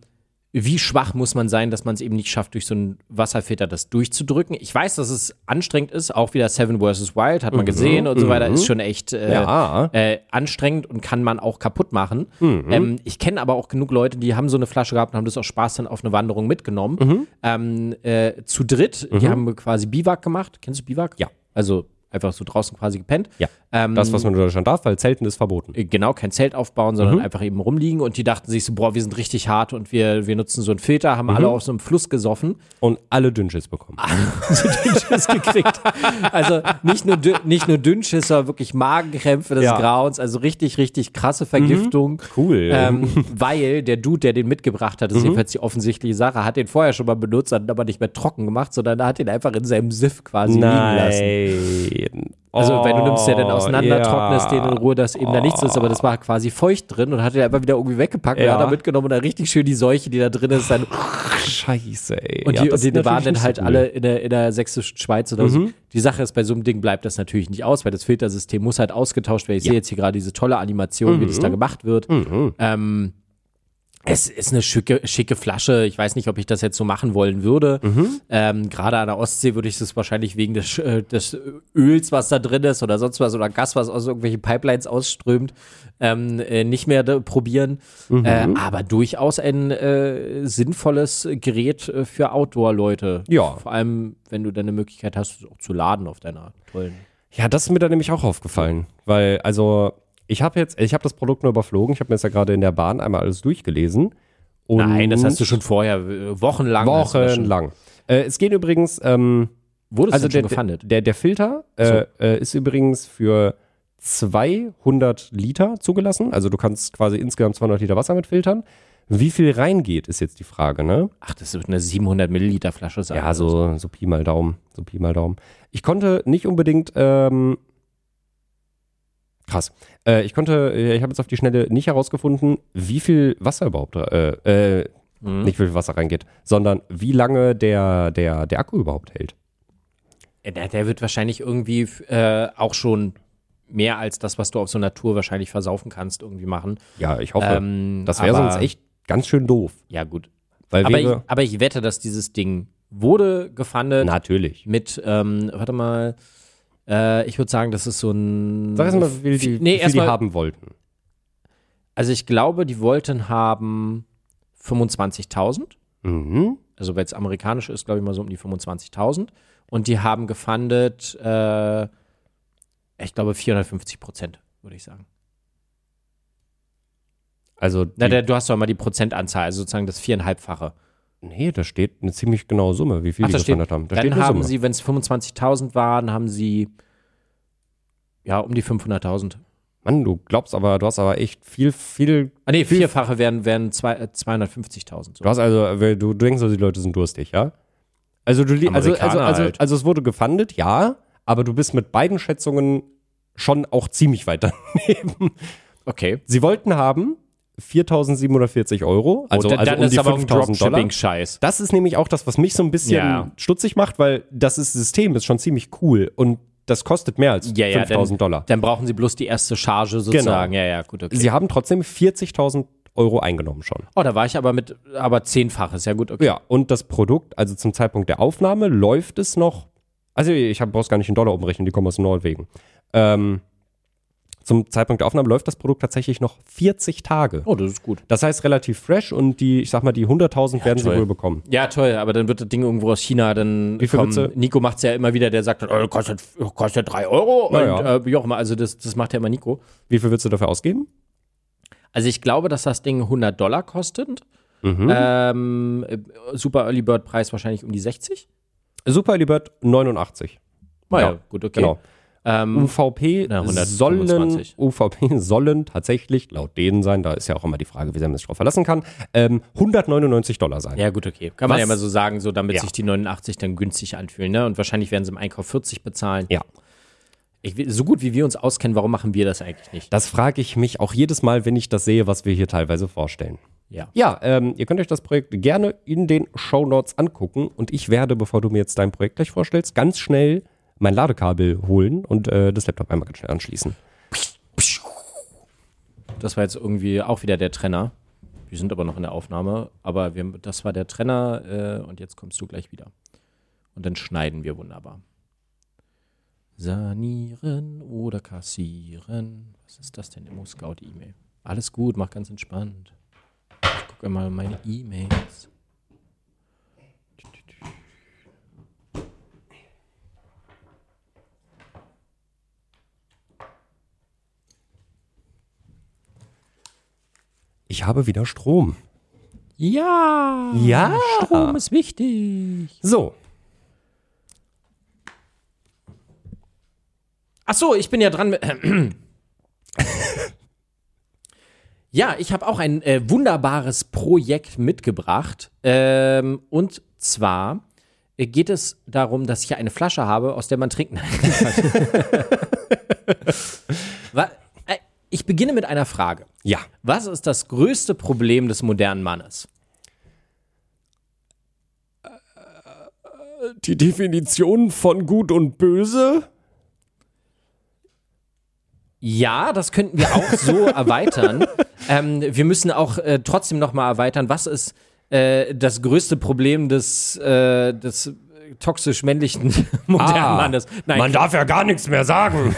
Speaker 3: wie schwach muss man sein, dass man es eben nicht schafft, durch so einen Wasserfilter das durchzudrücken? Ich weiß, dass es anstrengend ist. Auch wieder Seven vs. Wild hat man gesehen und so weiter. Ist schon echt äh,
Speaker 2: Mhm. Ja.
Speaker 3: äh, anstrengend und kann man auch kaputt machen.
Speaker 2: Mhm.
Speaker 3: Ähm, ich kenne aber auch genug Leute, die haben so eine Flasche gehabt und haben das aus Spaß dann auf eine Wanderung mitgenommen.
Speaker 2: Mhm.
Speaker 3: Ähm, äh, zu dritt, die haben quasi Biwak gemacht. Kennst du Biwak?
Speaker 2: Ja.
Speaker 3: Also einfach so draußen quasi gepennt.
Speaker 2: Ja.
Speaker 3: Ähm,
Speaker 2: Das, was man in Deutschland darf, weil Zelten ist verboten.
Speaker 3: genau, kein Zelt aufbauen, sondern
Speaker 2: Mhm.
Speaker 3: einfach eben rumliegen. Und die dachten sich so, boah, wir sind richtig hart und wir, wir nutzen so einen Filter, haben
Speaker 2: Mhm.
Speaker 3: alle auf so einem Fluss gesoffen.
Speaker 2: Und alle Dünnschiss bekommen.
Speaker 3: Ah, Dünnschiss gekriegt. Also nicht nur, Dü- nicht nur Dünnschiss, sondern wirklich Magenkrämpfe des
Speaker 2: Ja. Mhm.
Speaker 3: Grauens. Also richtig, richtig krasse Vergiftung.
Speaker 2: Cool.
Speaker 3: Ähm, weil der Dude, der den mitgebracht hat, das
Speaker 2: Mhm.
Speaker 3: ist jedenfalls die offensichtliche Sache, hat den vorher schon mal benutzt, hat ihn aber nicht mehr trocken gemacht, sondern hat ihn einfach in seinem Siff quasi liegen lassen.
Speaker 2: Nein.
Speaker 3: Also, weil du nimmst ja dann
Speaker 2: Oh,
Speaker 3: auseinander,
Speaker 2: ja.
Speaker 3: trocknest den in Ruhe, dass eben da nichts ist, aber das war quasi feucht drin und hat den einfach wieder irgendwie weggepackt und
Speaker 2: Ja.
Speaker 3: hat da mitgenommen und dann richtig schön die Seuche, die da drin ist, dann.
Speaker 2: Scheiße, ey.
Speaker 3: Und
Speaker 2: Ja,
Speaker 3: die,
Speaker 2: das
Speaker 3: und
Speaker 2: ist
Speaker 3: die waren
Speaker 2: natürlich nicht
Speaker 3: dann
Speaker 2: so
Speaker 3: halt
Speaker 2: cool. Mhm.
Speaker 3: alle in der, in der sächsischen Schweiz oder so. Die Sache ist, bei so einem Ding bleibt das natürlich nicht aus, weil das Filtersystem muss halt ausgetauscht werden. Ich sehe jetzt hier gerade diese tolle Animation, wie das
Speaker 2: Mhm.
Speaker 3: da gemacht wird. Ähm, es ist eine schicke, schicke Flasche. Ich weiß nicht, ob ich das jetzt so machen wollen würde. Ähm, Gerade an der Ostsee würde ich das wahrscheinlich wegen des, Sch- äh, des Öls, was da drin ist oder sonst was oder Gas, was aus irgendwelchen Pipelines ausströmt, ähm, äh, nicht mehr da probieren. Äh, aber durchaus ein äh, sinnvolles Gerät äh, für Outdoor-Leute.
Speaker 2: Ja.
Speaker 3: Vor allem, wenn du dann eine Möglichkeit hast, es auch zu laden auf deiner tollen.
Speaker 2: Ja, das ist mir da nämlich auch aufgefallen, weil also ich habe jetzt, ich habe das Produkt nur überflogen. Ich habe mir jetzt ja gerade in der Bahn einmal alles durchgelesen. Und
Speaker 3: Nein, das hast du schon vorher, äh, wochenlang. hast du das schon-
Speaker 2: wochenlang. Äh, es gehen übrigens, ähm,
Speaker 3: Wurde es
Speaker 2: also
Speaker 3: also
Speaker 2: der,
Speaker 3: denn schon gefundet?
Speaker 2: der, der Filter äh, äh, ist übrigens für 200 Liter zugelassen. Also du kannst quasi insgesamt 200 Liter Wasser mit filtern. Wie viel reingeht, ist jetzt die Frage, ne?
Speaker 3: Ach, das wird eine 700 Milliliter Flasche sein.
Speaker 2: Ja, so, so Pi mal Daumen. So Pi mal Daumen. Ich konnte nicht unbedingt. Ähm, krass. Äh, ich konnte, äh, ich habe jetzt auf die Schnelle nicht herausgefunden, wie viel Wasser überhaupt. Äh, äh,
Speaker 3: Mhm.
Speaker 2: Nicht wie viel Wasser reingeht, sondern wie lange der, der, der Akku überhaupt hält.
Speaker 3: Der, der wird wahrscheinlich irgendwie äh, auch schon mehr als das, was du auf so einer Tour wahrscheinlich versaufen kannst, irgendwie machen.
Speaker 2: Ja, ich hoffe.
Speaker 3: Ähm,
Speaker 2: das wäre
Speaker 3: aber-
Speaker 2: sonst echt ganz schön doof.
Speaker 3: Ja, gut.
Speaker 2: Weil
Speaker 3: Aber ich,
Speaker 2: wäre,
Speaker 3: aber ich wette, dass dieses Ding wurde gefundet
Speaker 2: natürlich.
Speaker 3: mit, ähm, warte mal, äh, ich würde sagen, das ist so ein.
Speaker 2: Sag erstmal, wie viel die, wie
Speaker 3: Nee,
Speaker 2: viel die
Speaker 3: erstmal-
Speaker 2: haben wollten.
Speaker 3: Also ich glaube, die wollten haben 25.000.
Speaker 2: Mhm.
Speaker 3: Also weil es amerikanisch ist, glaube ich mal so um die 25.000. Und die haben gefundet, äh, ich glaube 450 Prozent, würde ich sagen.
Speaker 2: Also, die,
Speaker 3: Na, der, du hast doch mal die Prozentanzahl, also sozusagen das viereinhalbfache.
Speaker 2: nee, da steht eine ziemlich genaue Summe, wie viel
Speaker 3: Ach,
Speaker 2: die
Speaker 3: da steht,
Speaker 2: gefunden haben. Da
Speaker 3: dann
Speaker 2: steht eine
Speaker 3: haben
Speaker 2: Summe.
Speaker 3: sie, wenn es 25.000 waren, haben sie ja um die 500.000.
Speaker 2: Mann, du glaubst aber, du hast aber echt viel, viel
Speaker 3: Ah nee, vierfache wären, wären zwei, äh, 250.000. So.
Speaker 2: Du hast also, du, du denkst, also, die Leute sind durstig, ja? Also du li- also, also,
Speaker 3: Amerikaner
Speaker 2: also,
Speaker 3: halt.
Speaker 2: also es wurde gefundet, ja, aber du bist mit beiden Schätzungen schon auch ziemlich weit daneben.
Speaker 3: Okay.
Speaker 2: Sie wollten haben 4.740 Euro, also,
Speaker 3: Und dann,
Speaker 2: also
Speaker 3: Oh, dann
Speaker 2: um
Speaker 3: ist
Speaker 2: die
Speaker 3: aber ein
Speaker 2: 5.000 Dollar.
Speaker 3: Dropshipping-Scheiß.
Speaker 2: Das ist nämlich auch das, was mich so ein bisschen
Speaker 3: Ja.
Speaker 2: stutzig macht, weil das ist, System ist schon ziemlich cool und das kostet mehr als
Speaker 3: Ja, ja,
Speaker 2: 5.000
Speaker 3: dann,
Speaker 2: Dollar. Genau.
Speaker 3: Dann brauchen sie bloß die erste Charge sozusagen. Ja, ja, gut, okay.
Speaker 2: Sie haben trotzdem 40.000 Euro eingenommen schon.
Speaker 3: Oh, da war ich aber mit, aber zehnfaches. Ja, gut, okay.
Speaker 2: Ja, und das Produkt, also zum Zeitpunkt der Aufnahme, läuft es noch. Also, ich hab- brauch's gar nicht in Dollar umrechnen, die kommen aus Norwegen. Ähm, zum Zeitpunkt der Aufnahme läuft das Produkt tatsächlich noch 40 Tage.
Speaker 3: Oh, das ist gut.
Speaker 2: Das heißt relativ fresh und die, ich sag mal, die 100.000 werden
Speaker 3: toll.
Speaker 2: sie wohl bekommen.
Speaker 3: Ja, toll, aber dann wird das Ding irgendwo aus China dann
Speaker 2: Wie viel
Speaker 3: kommen.
Speaker 2: wird's?
Speaker 3: Nico macht es ja immer wieder, der sagt, dann, oh, kostet, kostet drei Euro
Speaker 2: Na
Speaker 3: und
Speaker 2: ja.
Speaker 3: äh, wie auch immer. Also das, das macht ja immer Nico.
Speaker 2: Wie viel würdest du dafür ausgeben?
Speaker 3: Also ich glaube, dass das Ding 100 Dollar kostet.
Speaker 2: Mhm.
Speaker 3: Ähm, äh, Super Early Bird Preis wahrscheinlich um die 60.
Speaker 2: Super Libert 89.
Speaker 3: Na
Speaker 2: Ja,
Speaker 3: ja, gut, okay.
Speaker 2: Genau.
Speaker 3: Ähm,
Speaker 2: UVP
Speaker 3: Na,
Speaker 2: sollen
Speaker 3: 125.
Speaker 2: UVP sollen tatsächlich laut denen sein, da ist ja auch immer die Frage, wie sehr man sich drauf verlassen kann, ähm, 199 Dollar sein.
Speaker 3: ja, gut, okay. Kann man
Speaker 2: Was-
Speaker 3: ja mal so sagen, so damit
Speaker 2: Ja.
Speaker 3: sich die 89 dann günstig anfühlen. Ne? Und wahrscheinlich werden sie im Einkauf 40 bezahlen.
Speaker 2: Ja.
Speaker 3: Ich, will- so gut wie wir uns auskennen, warum machen wir das eigentlich nicht?
Speaker 2: Das frage ich mich auch jedes Mal, wenn ich das sehe, was wir hier teilweise vorstellen.
Speaker 3: Ja.
Speaker 2: Ja, ähm, ihr könnt euch das Projekt gerne in den Shownotes angucken und ich werde, bevor du mir jetzt dein Projekt gleich vorstellst, ganz schnell mein Ladekabel holen und äh, das Laptop einmal ganz schnell anschließen.
Speaker 3: Das war jetzt irgendwie auch wieder der Trenner. Wir sind aber noch in der Aufnahme, aber wir, das war der Trenner äh, und jetzt kommst du gleich wieder. Und dann schneiden wir wunderbar. Sanieren oder kassieren. Was ist das denn? Immo-Scout-E-Mail. Alles gut, mach ganz entspannt. Ich gucke mal meine E-Mails.
Speaker 2: Ich habe wieder Strom.
Speaker 3: Ja!
Speaker 2: Ja!
Speaker 3: Strom ist wichtig.
Speaker 2: So,
Speaker 3: Ach so, ich bin ja dran mit. ja, ich habe auch ein äh, wunderbares Projekt mitgebracht. Ähm, und zwar äh, geht es darum, dass ich hier eine Flasche habe, aus der man trinken Wa- äh, Ich beginne mit einer Frage.
Speaker 2: ja.
Speaker 3: Was ist das größte Problem des modernen Mannes?
Speaker 2: Die Definition von gut und böse?
Speaker 3: Ja, das könnten wir auch so erweitern. Ähm, wir müssen auch äh, trotzdem nochmal erweitern, was ist äh, das größte Problem des, äh, des toxisch männlichen modernen Mannes? Nein,
Speaker 2: Ah, man darf ja gar nichts mehr sagen.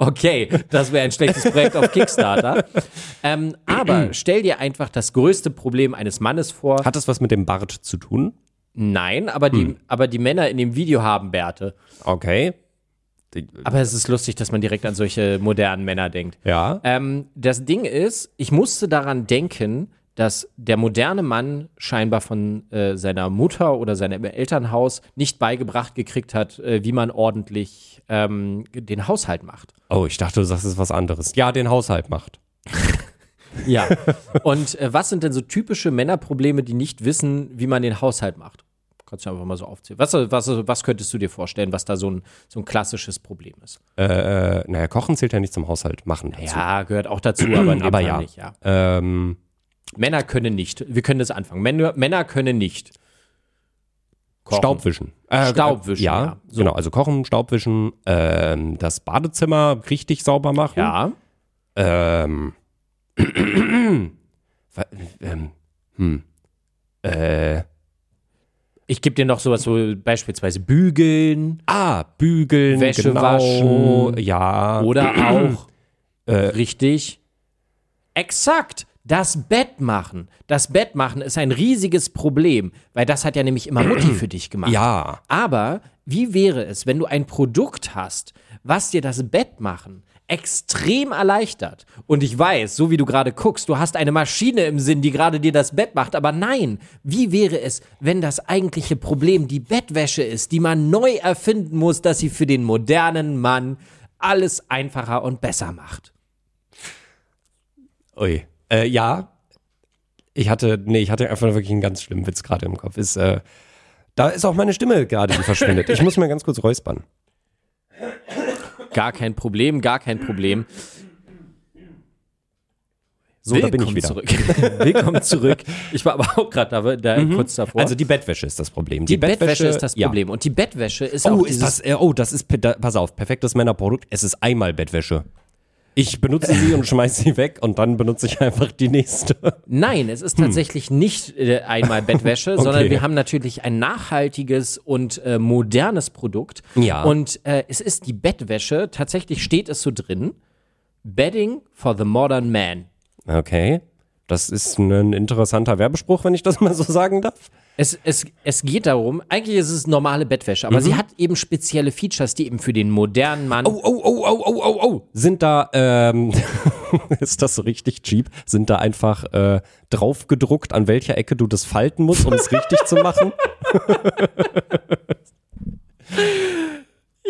Speaker 3: okay, das wäre ein schlechtes Projekt auf Kickstarter. Ähm, aber stell dir einfach das größte Problem eines Mannes vor.
Speaker 2: Hat Hm. das was mit dem Bart zu tun?
Speaker 3: Nein, aber die, aber die Männer in dem Video haben Bärte.
Speaker 2: Okay. Die-
Speaker 3: Aber es ist lustig, dass man direkt an solche modernen Männer denkt.
Speaker 2: Ja.
Speaker 3: Ähm, das Ding ist, ich musste daran denken, dass der moderne Mann scheinbar von äh, seiner Mutter oder seinem Elternhaus nicht beigebracht gekriegt hat, äh, wie man ordentlich ähm, den Haushalt macht.
Speaker 2: Oh, ich dachte, du sagst es ist was anderes. Ja, den Haushalt macht.
Speaker 3: Ja. Und äh, was sind denn so typische Männerprobleme, die nicht wissen, wie man den Haushalt macht? Kannst du einfach mal so aufzählen. Was, was, was könntest du dir vorstellen, was da so ein, so ein klassisches Problem ist?
Speaker 2: Äh, naja, Kochen zählt ja nicht zum Haushalt machen. dazu.
Speaker 3: Ja, gehört auch dazu, aber, in dem
Speaker 2: Aber
Speaker 3: Fall
Speaker 2: ja.
Speaker 3: nicht. Ja.
Speaker 2: Ähm,
Speaker 3: Männer können nicht. Wir können das anfangen. Männer, Männer können nicht. kochen.
Speaker 2: Staubwischen. Äh,
Speaker 3: Staubwischen,
Speaker 2: Ja,
Speaker 3: ja. So.
Speaker 2: genau. Also kochen, Staubwischen, ähm, das Badezimmer richtig sauber machen.
Speaker 3: Ja.
Speaker 2: Ähm, wa- ähm, hm. äh,
Speaker 3: Ich gebe dir noch sowas, so beispielsweise bügeln
Speaker 2: ah, bügeln,
Speaker 3: Wäsche
Speaker 2: genau,
Speaker 3: waschen.
Speaker 2: Ja.
Speaker 3: oder auch
Speaker 2: Äh.
Speaker 3: richtig. Exakt. Das Bett machen. Das Bett machen ist ein riesiges Problem, weil das hat ja nämlich immer Mutti für dich gemacht.
Speaker 2: Ja.
Speaker 3: Aber wie wäre es, wenn du ein Produkt hast, was dir das Bett machen extrem erleichtert? Und ich weiß, so wie du gerade guckst, du hast eine Maschine im Sinn, die gerade dir das Bett macht. Aber nein, wie wäre es, wenn das eigentliche Problem die Bettwäsche ist, die man neu erfinden muss, dass sie für den modernen Mann alles einfacher und besser macht?
Speaker 2: Ui. Äh, ja. Ich hatte, nee, ich hatte einfach wirklich einen ganz schlimmen Witz gerade im Kopf. Ist, äh, da ist auch meine Stimme gerade, die verschwindet. ich muss mir ganz kurz räuspern.
Speaker 3: Gar kein Problem, gar kein Problem.
Speaker 2: So, da bin ich wieder.
Speaker 3: Zurück. Willkommen zurück. Ich war aber auch gerade da, da kurz davor.
Speaker 2: Also die Bettwäsche ist das Problem.
Speaker 3: Die Bettwäsche ist das
Speaker 2: ja.
Speaker 3: Problem. Und die Bettwäsche ist
Speaker 2: Oh,
Speaker 3: auch
Speaker 2: ist
Speaker 3: dieses,
Speaker 2: das, äh, oh, das ist, pe- da, pass auf, perfektes Männerprodukt. Es ist einmal Bettwäsche. Ich benutze sie und schmeiße sie weg und dann benutze ich einfach die nächste.
Speaker 3: Nein, es ist
Speaker 2: Hm.
Speaker 3: tatsächlich nicht äh, einmal Bettwäsche, sondern wir haben natürlich ein nachhaltiges und äh, modernes Produkt.
Speaker 2: Ja.
Speaker 3: Und äh, es ist die Bettwäsche, tatsächlich steht es so drin, Bedding for the Modern Man.
Speaker 2: Okay. Das ist ein interessanter Werbespruch, wenn ich das mal so sagen darf.
Speaker 3: Es, es, es geht darum, eigentlich ist es normale Bettwäsche, aber sie hat eben spezielle Features, die eben für den modernen Mann
Speaker 2: Mhm. Oh, oh, oh, oh, oh, oh, oh. Sind da, ähm, ist das so richtig cheap? Sind da einfach äh, draufgedruckt, an welcher Ecke du das falten musst, um es richtig zu machen?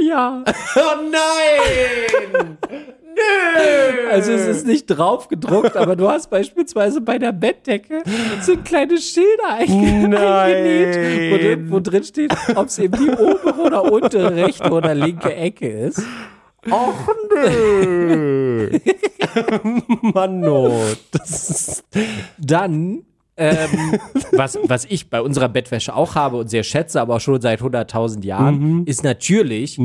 Speaker 3: Ja.
Speaker 2: Oh nein! Nö!
Speaker 3: Also es ist nicht drauf gedruckt, aber du hast beispielsweise bei der Bettdecke sind kleine Schilder einge-
Speaker 2: Nein.
Speaker 3: eingenäht, wo, drin- wo drin steht, ob es eben die obere oder untere rechte oder linke Ecke ist.
Speaker 2: Och nö. Mann, oh. das ist
Speaker 3: Dann, ähm, was, was ich bei unserer Bettwäsche auch habe und sehr schätze, aber auch schon seit 100.000 Jahren, ist natürlich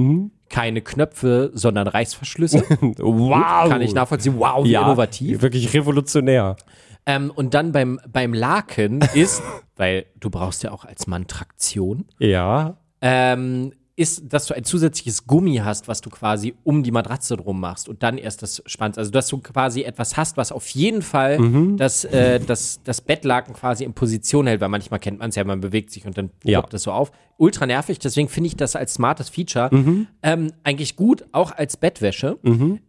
Speaker 3: keine Knöpfe, sondern Reißverschlüsse.
Speaker 2: wow.
Speaker 3: Kann ich nachvollziehen. Wow, wie
Speaker 2: ja,
Speaker 3: innovativ.
Speaker 2: Wirklich revolutionär.
Speaker 3: Ähm, und dann beim, beim Laken ist, weil du brauchst ja auch als Mann Traktion,
Speaker 2: Ja.
Speaker 3: ähm, ist, dass du ein zusätzliches Gummi hast, was du quasi um die Matratze drum machst und dann erst das spannst. Also, dass du quasi etwas hast, was auf jeden Fall das, äh, das, das Bettlaken quasi in Position hält, weil manchmal kennt man es ja, man bewegt sich und dann
Speaker 2: Ja.
Speaker 3: ploppt das so auf. Ultra nervig, deswegen finde ich das als smartes Feature ähm, eigentlich gut, auch als Bettwäsche.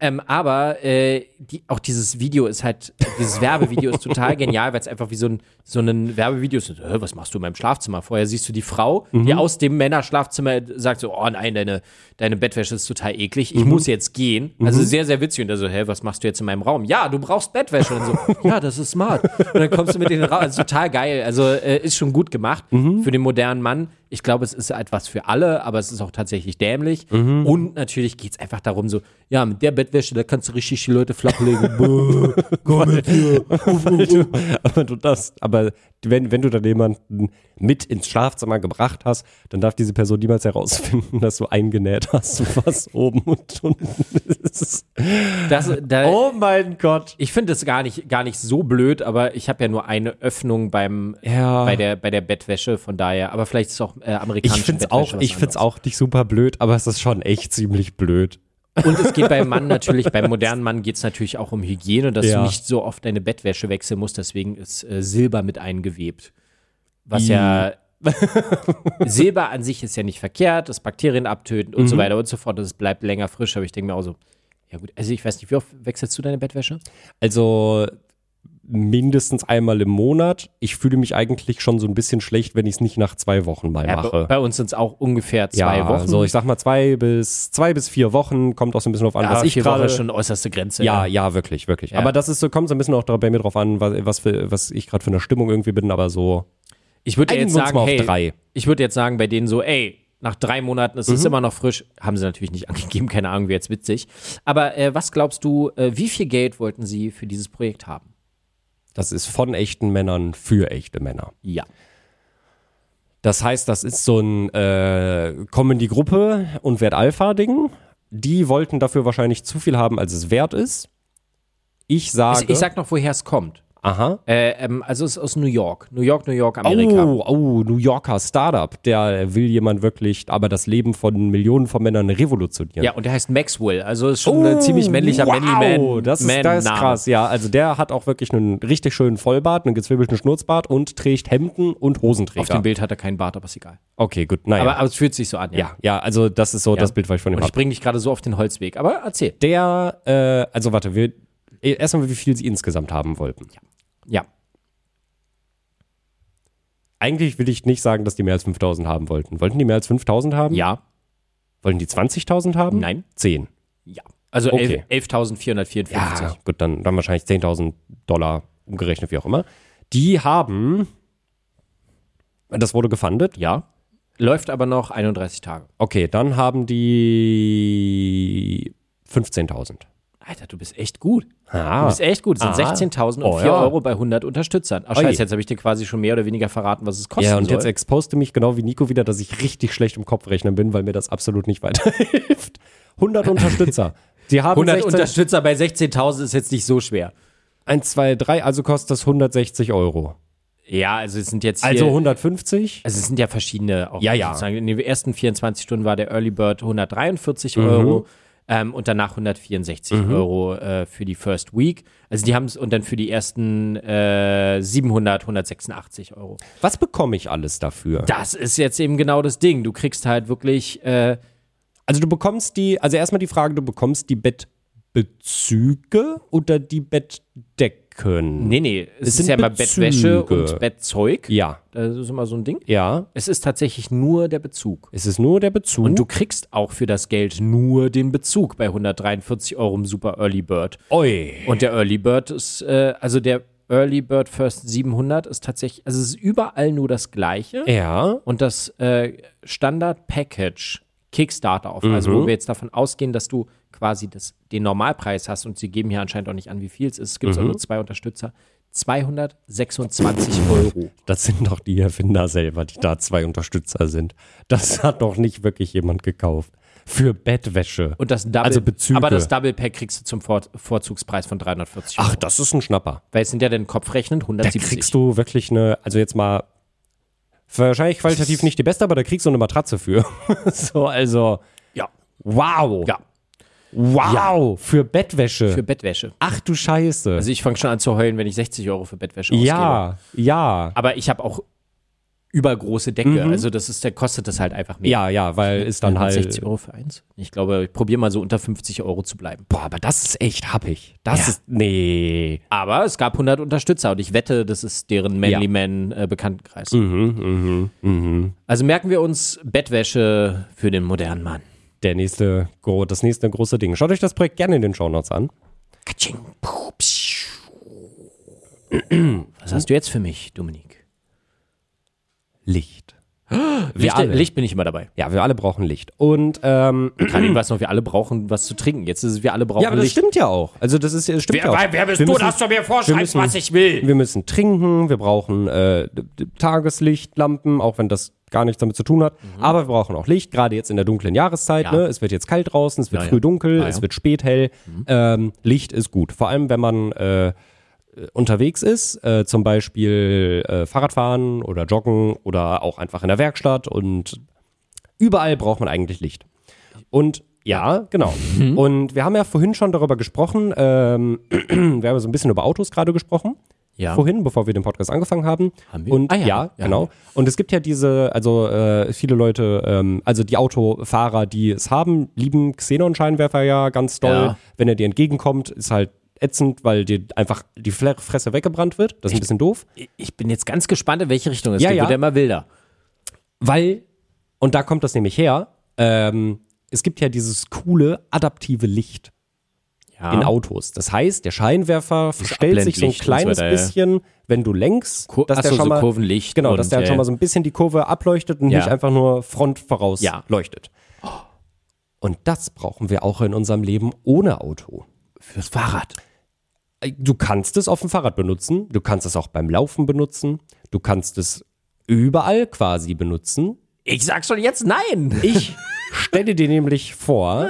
Speaker 3: Ähm, aber äh, die, auch dieses Video ist halt, dieses Werbevideo ist total genial, weil es einfach wie so ein, so ein Werbevideo ist. Äh, was machst du in meinem Schlafzimmer? Vorher siehst du die Frau, die aus dem Männerschlafzimmer sagt so, oh nein, deine, deine Bettwäsche ist total eklig,
Speaker 2: Mhm.
Speaker 3: ich muss jetzt gehen. Also sehr, sehr witzig. Und dann so, hä, was machst du jetzt in meinem Raum? Ja, du brauchst Bettwäsche. Und so, ja, das ist smart. Und dann kommst du mit in den Raum. Also total geil. Also äh, ist schon gut gemacht
Speaker 2: Mhm.
Speaker 3: für den modernen Mann. Ich glaube, es ist etwas für alle, aber es ist auch tatsächlich dämlich.
Speaker 2: Mhm.
Speaker 3: Und natürlich geht es einfach darum, so, ja, mit der Bettwäsche, da kannst du richtig die Leute flachlegen. Buh, Komm mit dir.
Speaker 2: Aber du das, aber wenn, wenn du dann jemanden mit ins Schlafzimmer gebracht hast, dann darf diese Person niemals herausfinden, dass du eingenäht hast, was oben und unten ist.
Speaker 3: Das, da,
Speaker 2: Oh mein Gott.
Speaker 3: Ich finde es gar nicht, gar nicht so blöd, aber ich habe ja nur eine Öffnung beim,
Speaker 2: Ja.
Speaker 3: bei, der, bei der Bettwäsche, von daher. Aber vielleicht ist auch äh,
Speaker 2: Ich
Speaker 3: amerikanische
Speaker 2: find's
Speaker 3: Bettwäsche
Speaker 2: auch,
Speaker 3: was
Speaker 2: ich find's
Speaker 3: anderes.
Speaker 2: auch nicht super blöd, aber es ist schon echt ziemlich blöd.
Speaker 3: Und es geht beim Mann natürlich, beim modernen Mann geht es natürlich auch um Hygiene, dass
Speaker 2: Ja.
Speaker 3: du nicht so oft deine Bettwäsche wechseln musst, deswegen ist äh, Silber mit eingewebt. Was ja. Silber an sich ist ja nicht verkehrt, das Bakterien abtöten und
Speaker 2: Mhm.
Speaker 3: so weiter und so fort. Und es bleibt länger frisch, aber ich denke mir auch so, ja gut, also ich weiß nicht, wie oft wechselst du deine Bettwäsche?
Speaker 2: Also mindestens einmal im Monat. Ich fühle mich eigentlich schon so ein bisschen schlecht, wenn ich es nicht nach zwei Wochen mal
Speaker 3: Ja, bei,
Speaker 2: mache.
Speaker 3: bei uns sind es auch ungefähr zwei
Speaker 2: ja,
Speaker 3: Wochen.
Speaker 2: so ich sag mal zwei bis zwei bis vier Wochen, kommt auch so ein bisschen drauf an,
Speaker 3: Ja,
Speaker 2: was ich
Speaker 3: vier Wochen
Speaker 2: gerade
Speaker 3: ist schon äußerste Grenze.
Speaker 2: Ja, ja, wirklich, wirklich.
Speaker 3: Ja.
Speaker 2: Aber das ist so, kommt so ein bisschen auch drauf- bei mir drauf an, was, was, für, was ich gerade für eine Stimmung irgendwie bin, aber so.
Speaker 3: Ich würde jetzt
Speaker 2: Einigen wir uns
Speaker 3: sagen,
Speaker 2: mal auf
Speaker 3: hey,
Speaker 2: drei.
Speaker 3: ich würde jetzt sagen, bei denen so, ey, nach drei Monaten ist
Speaker 2: Mhm.
Speaker 3: es immer noch frisch. Haben sie natürlich nicht angegeben, keine Ahnung, wäre jetzt witzig. Aber äh, was glaubst du, äh, wie viel Geld wollten sie für dieses Projekt haben?
Speaker 2: Das ist von echten Männern für echte Männer.
Speaker 3: Ja.
Speaker 2: Das heißt, das ist so ein äh, komm in die Gruppe und werd Alpha-Ding. Die wollten dafür wahrscheinlich zu viel haben, als es wert ist. Ich sage.
Speaker 3: Also, Ich, ich sag noch, woher es kommt.
Speaker 2: aha.
Speaker 3: Äh, ähm, also es ist aus New York. New York, New York, Amerika.
Speaker 2: Oh, oh, New Yorker Startup. Der will jemand wirklich, aber das Leben von Millionen von Männern revolutionieren. Oh,
Speaker 3: Ja, und der heißt Maxwell. Also ist schon ein ziemlich männlicher
Speaker 2: wow,
Speaker 3: Manly Man.
Speaker 2: Das ist,
Speaker 3: Man
Speaker 2: das ist krass, ja. Also der hat auch wirklich einen richtig schönen Vollbart, einen gezwirbelten Schnurzbart und trägt Hemden und Hosenträger.
Speaker 3: Auf dem Bild hat er keinen Bart, aber ist egal.
Speaker 2: Okay, gut, naja.
Speaker 3: Aber, aber es fühlt sich so an, ja.
Speaker 2: ja, genau. ja, also das ist so das Bild, was ich von ihm
Speaker 3: Und
Speaker 2: habe.
Speaker 3: ich bringe dich gerade so auf den Holzweg. Aber erzähl.
Speaker 2: Der, äh, also warte, wir erstmal, wie viel sie insgesamt haben wollten.
Speaker 3: Ja.
Speaker 2: Eigentlich will ich nicht sagen, dass die mehr als 5000 haben wollten. Wollten die mehr als 5000 haben?
Speaker 3: Ja.
Speaker 2: Wollten die 20.000 haben?
Speaker 3: Nein.
Speaker 2: 10.
Speaker 3: Ja. Also
Speaker 2: Okay.
Speaker 3: elf- 11.454.
Speaker 2: Ja, gut, dann, dann wahrscheinlich 10.000 Dollar umgerechnet, wie auch immer. Die haben, das wurde gefundet.
Speaker 3: Ja. Läuft aber noch 31 Tage.
Speaker 2: Okay, dann haben die 15.000.
Speaker 3: Alter, du bist echt gut. Du
Speaker 2: Ah,
Speaker 3: bist echt gut. Es sind
Speaker 2: Ah.
Speaker 3: 16.004
Speaker 2: Oh, ja.
Speaker 3: Euro bei 100 Unterstützern. Ach,
Speaker 2: Ui.
Speaker 3: scheiße, jetzt habe ich dir quasi schon mehr oder weniger verraten, was es kosten
Speaker 2: ja, und
Speaker 3: soll.
Speaker 2: jetzt exposte mich genau wie Nico wieder, dass ich richtig schlecht im Kopfrechnen bin, weil mir das absolut nicht weiterhilft. 100 Unterstützer. Die haben
Speaker 3: 100
Speaker 2: 16,
Speaker 3: Unterstützer bei 16.000 ist jetzt nicht so schwer.
Speaker 2: 1, 2, 3, also kostet das 160 Euro.
Speaker 3: Ja, also es sind jetzt hier,
Speaker 2: Also 150?
Speaker 3: also es sind ja verschiedene. Auch
Speaker 2: Ja, ja.
Speaker 3: Sozusagen. In den ersten 24 Stunden war der Early Bird 143 Euro ähm, und danach 164 Euro äh, für die First Week. Also die haben es und dann für die ersten äh, 700 186 Euro.
Speaker 2: Was bekomme ich alles dafür?
Speaker 3: Das ist jetzt eben genau das Ding. Du kriegst halt wirklich, äh,
Speaker 2: Also du bekommst die, also erstmal die Frage, du bekommst die Bettdecke Bettbezüge oder die Bettdecken?
Speaker 3: Nee, nee,
Speaker 2: Es
Speaker 3: es, ist
Speaker 2: sind
Speaker 3: ja immer
Speaker 2: Bezüge.
Speaker 3: Bettwäsche und Bettzeug. Äh,
Speaker 2: Ja,
Speaker 3: Das ist immer so ein Ding.
Speaker 2: ja.
Speaker 3: Es ist tatsächlich nur der Bezug.
Speaker 2: Es ist nur der Bezug.
Speaker 3: Und du kriegst auch für das Geld nur den Bezug bei 143 Euro im Super Early Bird.
Speaker 2: Oi.
Speaker 3: Und der Early Bird ist, äh, also der Early Bird First 700 ist tatsächlich, also es ist überall nur das Gleiche.
Speaker 2: Ja.
Speaker 3: Und das äh, Standard Package Kickstarter auf, also
Speaker 2: Mhm.
Speaker 3: wo wir jetzt davon ausgehen, dass du quasi das, den Normalpreis hast und sie geben hier anscheinend auch nicht an, wie viel es ist. Es
Speaker 2: Mhm.
Speaker 3: gibt auch nur zwei Unterstützer. 226 Euro.
Speaker 2: Das sind doch die Erfinder selber, die da zwei Unterstützer sind. Das hat doch nicht wirklich jemand gekauft. Für Bettwäsche.
Speaker 3: Und das Double,
Speaker 2: Also Bezüge.
Speaker 3: Aber das Double Pack kriegst du zum Vor Vorzugspreis von 340 Euro.
Speaker 2: Ach, das ist ein Schnapper.
Speaker 3: Weil es sind ja den Kopf rechnend
Speaker 2: Da
Speaker 3: 170.
Speaker 2: kriegst du wirklich eine, also jetzt mal, wahrscheinlich qualitativ nicht die beste, aber da kriegst du eine Matratze für. so, also,
Speaker 3: ja,
Speaker 2: wow.
Speaker 3: ja,
Speaker 2: Wow. Für Bettwäsche.
Speaker 3: für Bettwäsche.
Speaker 2: Ach du Scheiße.
Speaker 3: Also ich fange schon an zu heulen, wenn ich 60 Euro für Bettwäsche ausgebe.
Speaker 2: ja, ja.
Speaker 3: Aber ich habe auch übergroße
Speaker 2: Mhm.
Speaker 3: Decke. Also das ist, der kostet das halt einfach mehr.
Speaker 2: Ja, ja, weil ist dann halt.
Speaker 3: 60 Euro für eins? Ich glaube, ich probiere mal so unter 50 Euro zu bleiben.
Speaker 2: Boah, aber das ist echt happig. Das
Speaker 3: Ja.
Speaker 2: ist. Nee.
Speaker 3: Aber es gab 100 Unterstützer und ich wette, das ist deren Manly
Speaker 2: Ja. Mhm,
Speaker 3: Man äh, Bekanntenkreis. Also merken wir uns Bettwäsche für den modernen Mann.
Speaker 2: Der nächste, gro- das nächste große Ding. Schaut euch das Projekt gerne in den Shownotes an.
Speaker 3: Katsching. Puh, psch. Was hast du jetzt für mich, Dominik?
Speaker 2: Licht.
Speaker 3: Licht,
Speaker 2: alle.
Speaker 3: Licht bin ich immer dabei.
Speaker 2: Ja, wir alle brauchen Licht. Und ähm,
Speaker 3: Gerade eben war es noch, wir alle brauchen was zu trinken. Jetzt ist es, wir alle brauchen
Speaker 2: ja, aber das
Speaker 3: Licht.
Speaker 2: stimmt ja auch. Also das ist das stimmt ja auch. Wir müssen-
Speaker 3: mir
Speaker 2: wir müssen-
Speaker 3: will.
Speaker 2: Wir müssen trinken, wir brauchen äh, d- d- Tageslichtlampen, auch wenn das gar nichts damit zu tun hat. Aber wir brauchen auch Licht, gerade jetzt in der dunklen Jahreszeit.
Speaker 3: Mhm. Ja.
Speaker 2: Ne? Es wird jetzt kalt draußen, es wird
Speaker 3: Ja, ja.
Speaker 2: früh dunkel,
Speaker 3: Ja, ja. Mhm.
Speaker 2: es wird spät hell. Ähm, Licht ist gut, vor allem wenn man äh, äh, unterwegs ist, äh, zum Beispiel äh, Fahrradfahren oder Joggen oder auch einfach in der Werkstatt und überall braucht man eigentlich Licht. Und ja, genau.
Speaker 3: Mhm.
Speaker 2: Und wir haben ja vorhin schon darüber gesprochen, ähm, wir haben ja so ein bisschen über Autos gerade gesprochen
Speaker 3: Ja.
Speaker 2: vorhin, bevor wir den Podcast angefangen haben.
Speaker 3: Haben wir?
Speaker 2: Und
Speaker 3: Ah, ja.
Speaker 2: ja,
Speaker 3: Ja.
Speaker 2: genau. Und es gibt ja diese, also äh, viele Leute, ähm, also die Autofahrer, die es haben, lieben Xenon-Scheinwerfer ja ganz doll.
Speaker 3: Ja.
Speaker 2: Wenn er dir entgegenkommt, ist halt ätzend, weil dir einfach die Fle- Fresse weggebrannt wird. Das ist ein bisschen doof.
Speaker 3: Ich bin jetzt ganz gespannt, in welche Richtung es
Speaker 2: Ja,
Speaker 3: geht.
Speaker 2: ja.
Speaker 3: Wird ja immer wilder.
Speaker 2: Weil, und da kommt das nämlich her, ähm, es gibt ja dieses coole adaptive Licht.
Speaker 3: Ja.
Speaker 2: in Autos. Das heißt, der Scheinwerfer verstellt sich so ein
Speaker 3: Abblendlicht und so
Speaker 2: kleines
Speaker 3: weiter, ja.
Speaker 2: bisschen, wenn du lenkst,
Speaker 3: Kur-
Speaker 2: dass
Speaker 3: Ach
Speaker 2: der
Speaker 3: so,
Speaker 2: schon
Speaker 3: so
Speaker 2: mal
Speaker 3: Kurvenlicht
Speaker 2: genau,
Speaker 3: und,
Speaker 2: dass der halt
Speaker 3: ja,
Speaker 2: schon
Speaker 3: ja.
Speaker 2: mal so ein bisschen die Kurve ableuchtet und
Speaker 3: Ja.
Speaker 2: nicht einfach nur Front voraus
Speaker 3: Ja.
Speaker 2: leuchtet. Und das brauchen wir auch in unserem Leben ohne Auto. Äh,
Speaker 3: Fürs Fahrrad.
Speaker 2: Du kannst es auf dem Fahrrad benutzen, du kannst es auch beim Laufen benutzen, du kannst es überall quasi benutzen.
Speaker 3: Ich sag schon jetzt nein. Ich.
Speaker 2: Stelle dir nämlich vor,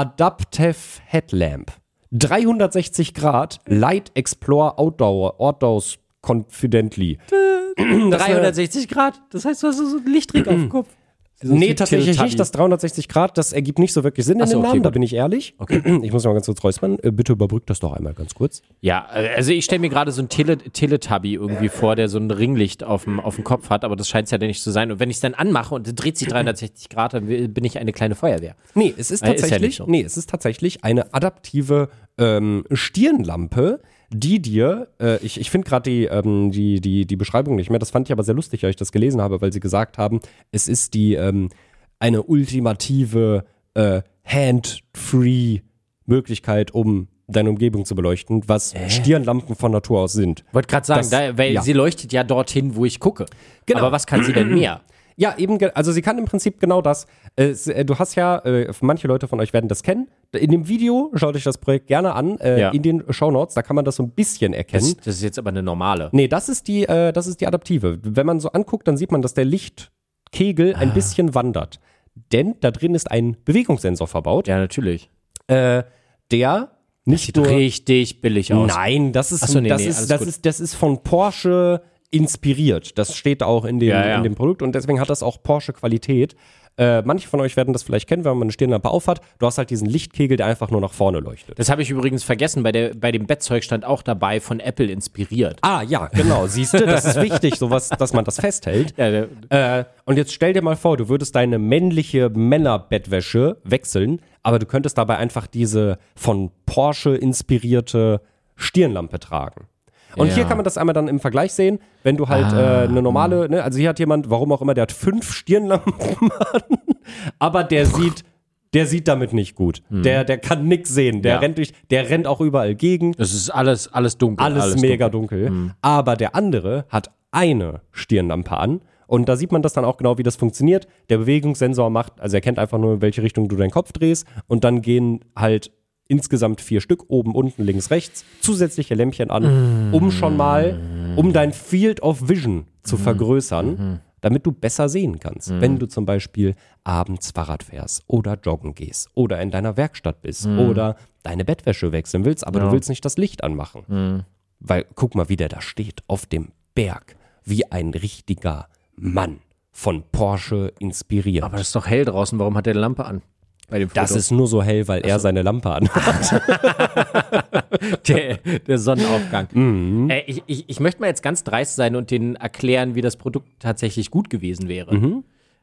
Speaker 2: Adaptive Headlamp. 360 Grad Light Explore Outdoor Outdoors Confidently.
Speaker 3: 360 Grad. Das heißt, du hast so ein Lichttrick auf dem Kopf.
Speaker 2: Nee, tatsächlich nicht. Das 360 Grad, das ergibt nicht so wirklich Sinn in
Speaker 3: so,
Speaker 2: dem
Speaker 3: okay,
Speaker 2: Namen, da
Speaker 3: gut.
Speaker 2: bin ich ehrlich. Ich muss mal ganz kurz räuspern. Äh, Bitte überbrückt das doch einmal ganz kurz.
Speaker 3: Ja, also ich stelle mir gerade so einen Tele Teletubby irgendwie vor, der so ein Ringlicht auf dem, auf dem Kopf hat, aber das scheint es ja nicht zu sein. Und wenn ich es dann anmache und es dreht sich 360 Grad, dann bin ich eine kleine Feuerwehr.
Speaker 2: Nee, es ist
Speaker 3: Äh, ist ja
Speaker 2: tatsächlich,
Speaker 3: nicht so.
Speaker 2: nee, es ist tatsächlich eine adaptive ähm, Stirnlampe, die dir, äh, ich, ich finde gerade die, ähm, die, die, die Beschreibung nicht mehr, das fand ich aber sehr lustig, als ich das gelesen habe, weil sie gesagt haben, es ist die ähm, eine ultimative äh, hand-free Möglichkeit, um deine Umgebung zu beleuchten, was Stirnlampen von Natur aus sind.
Speaker 3: Wollte gerade sagen,
Speaker 2: Das-
Speaker 3: da, weil
Speaker 2: ja.
Speaker 3: sie leuchtet ja dorthin, wo ich gucke.
Speaker 2: Genau.
Speaker 3: Aber was kann sie denn mehr?
Speaker 2: Ja, eben, ge- also sie kann im Prinzip genau das. Äh, s- äh, du hast ja, äh, manche Leute von euch werden das kennen. In dem Video schaut euch das Projekt gerne an, äh,
Speaker 3: Ja.
Speaker 2: in den Shownotes, da kann man das so ein bisschen erkennen.
Speaker 3: Das, das ist jetzt aber eine normale.
Speaker 2: nee, das ist die, äh, das ist die adaptive. Wenn man so anguckt, dann sieht man, dass der Lichtkegel
Speaker 3: Ah.
Speaker 2: ein bisschen wandert. Denn da drin ist ein Bewegungssensor verbaut,
Speaker 3: Ja, natürlich.
Speaker 2: der nicht
Speaker 3: Sieht
Speaker 2: nur
Speaker 3: richtig billig aus.
Speaker 2: Nein, das ist,
Speaker 3: Ach so, nee,
Speaker 2: das,
Speaker 3: nee, alles
Speaker 2: ist, das,
Speaker 3: gut.
Speaker 2: ist, das ist von Porsche inspiriert. Das steht auch in dem,
Speaker 3: Ja, ja.
Speaker 2: In dem Produkt und deswegen hat das auch Porsche-Qualität. Äh, manche von euch werden das vielleicht kennen, wenn man eine Stirnlampe aufhat. Du hast halt diesen Lichtkegel, der einfach nur nach vorne leuchtet.
Speaker 3: Das habe ich übrigens vergessen, bei, der, bei dem Bettzeug stand auch dabei von Apple inspiriert.
Speaker 2: Ah, ja, genau. Siehst du, das ist wichtig, sowas, dass man das festhält.
Speaker 3: Ja,
Speaker 2: Äh, und jetzt stell dir mal vor, du würdest deine männliche Männerbettwäsche wechseln, aber du könntest dabei einfach diese von Porsche-inspirierte Stirnlampe tragen. Und
Speaker 3: Ja. Ah,
Speaker 2: hier kann man das einmal dann im Vergleich sehen, wenn du halt äh, eine normale,
Speaker 3: hm.
Speaker 2: ne, also hier hat jemand, warum auch immer, der hat fünf Stirnlampen aber der sieht, der sieht damit nicht gut. Der, der kann nix sehen. Der
Speaker 3: Hm. Ja.
Speaker 2: rennt durch, der rennt auch überall gegen.
Speaker 3: Es ist alles, alles dunkel.
Speaker 2: Alles, mega dunkel. Mhm. Aber der andere hat eine Stirnlampe an. Und da sieht man das dann auch genau, wie das funktioniert. Der Bewegungssensor macht, also er kennt einfach nur, in welche Richtung du deinen Kopf drehst. Und dann gehen halt insgesamt vier Stück, oben, unten, links, rechts, zusätzliche Lämpchen an, um schon mal, um dein Field of Vision zu vergrößern, damit du besser sehen kannst. Wenn du zum Beispiel abends Fahrrad fährst oder joggen gehst oder in deiner Werkstatt bist oder deine Bettwäsche wechseln willst, aber du willst nicht das Licht anmachen. Weil guck mal, wie der da steht, auf dem Berg, wie ein richtiger Mann von Porsche inspiriert.
Speaker 3: Aber es ist doch hell draußen. Warum hat der eine Lampe an? Bei dem
Speaker 2: das ist nur so hell, weil er
Speaker 3: Also
Speaker 2: seine Lampe anhat.
Speaker 3: der, der Sonnenaufgang. Äh, ich, ich, ich möchte mal jetzt ganz dreist sein und denen erklären, wie das Produkt tatsächlich gut gewesen wäre.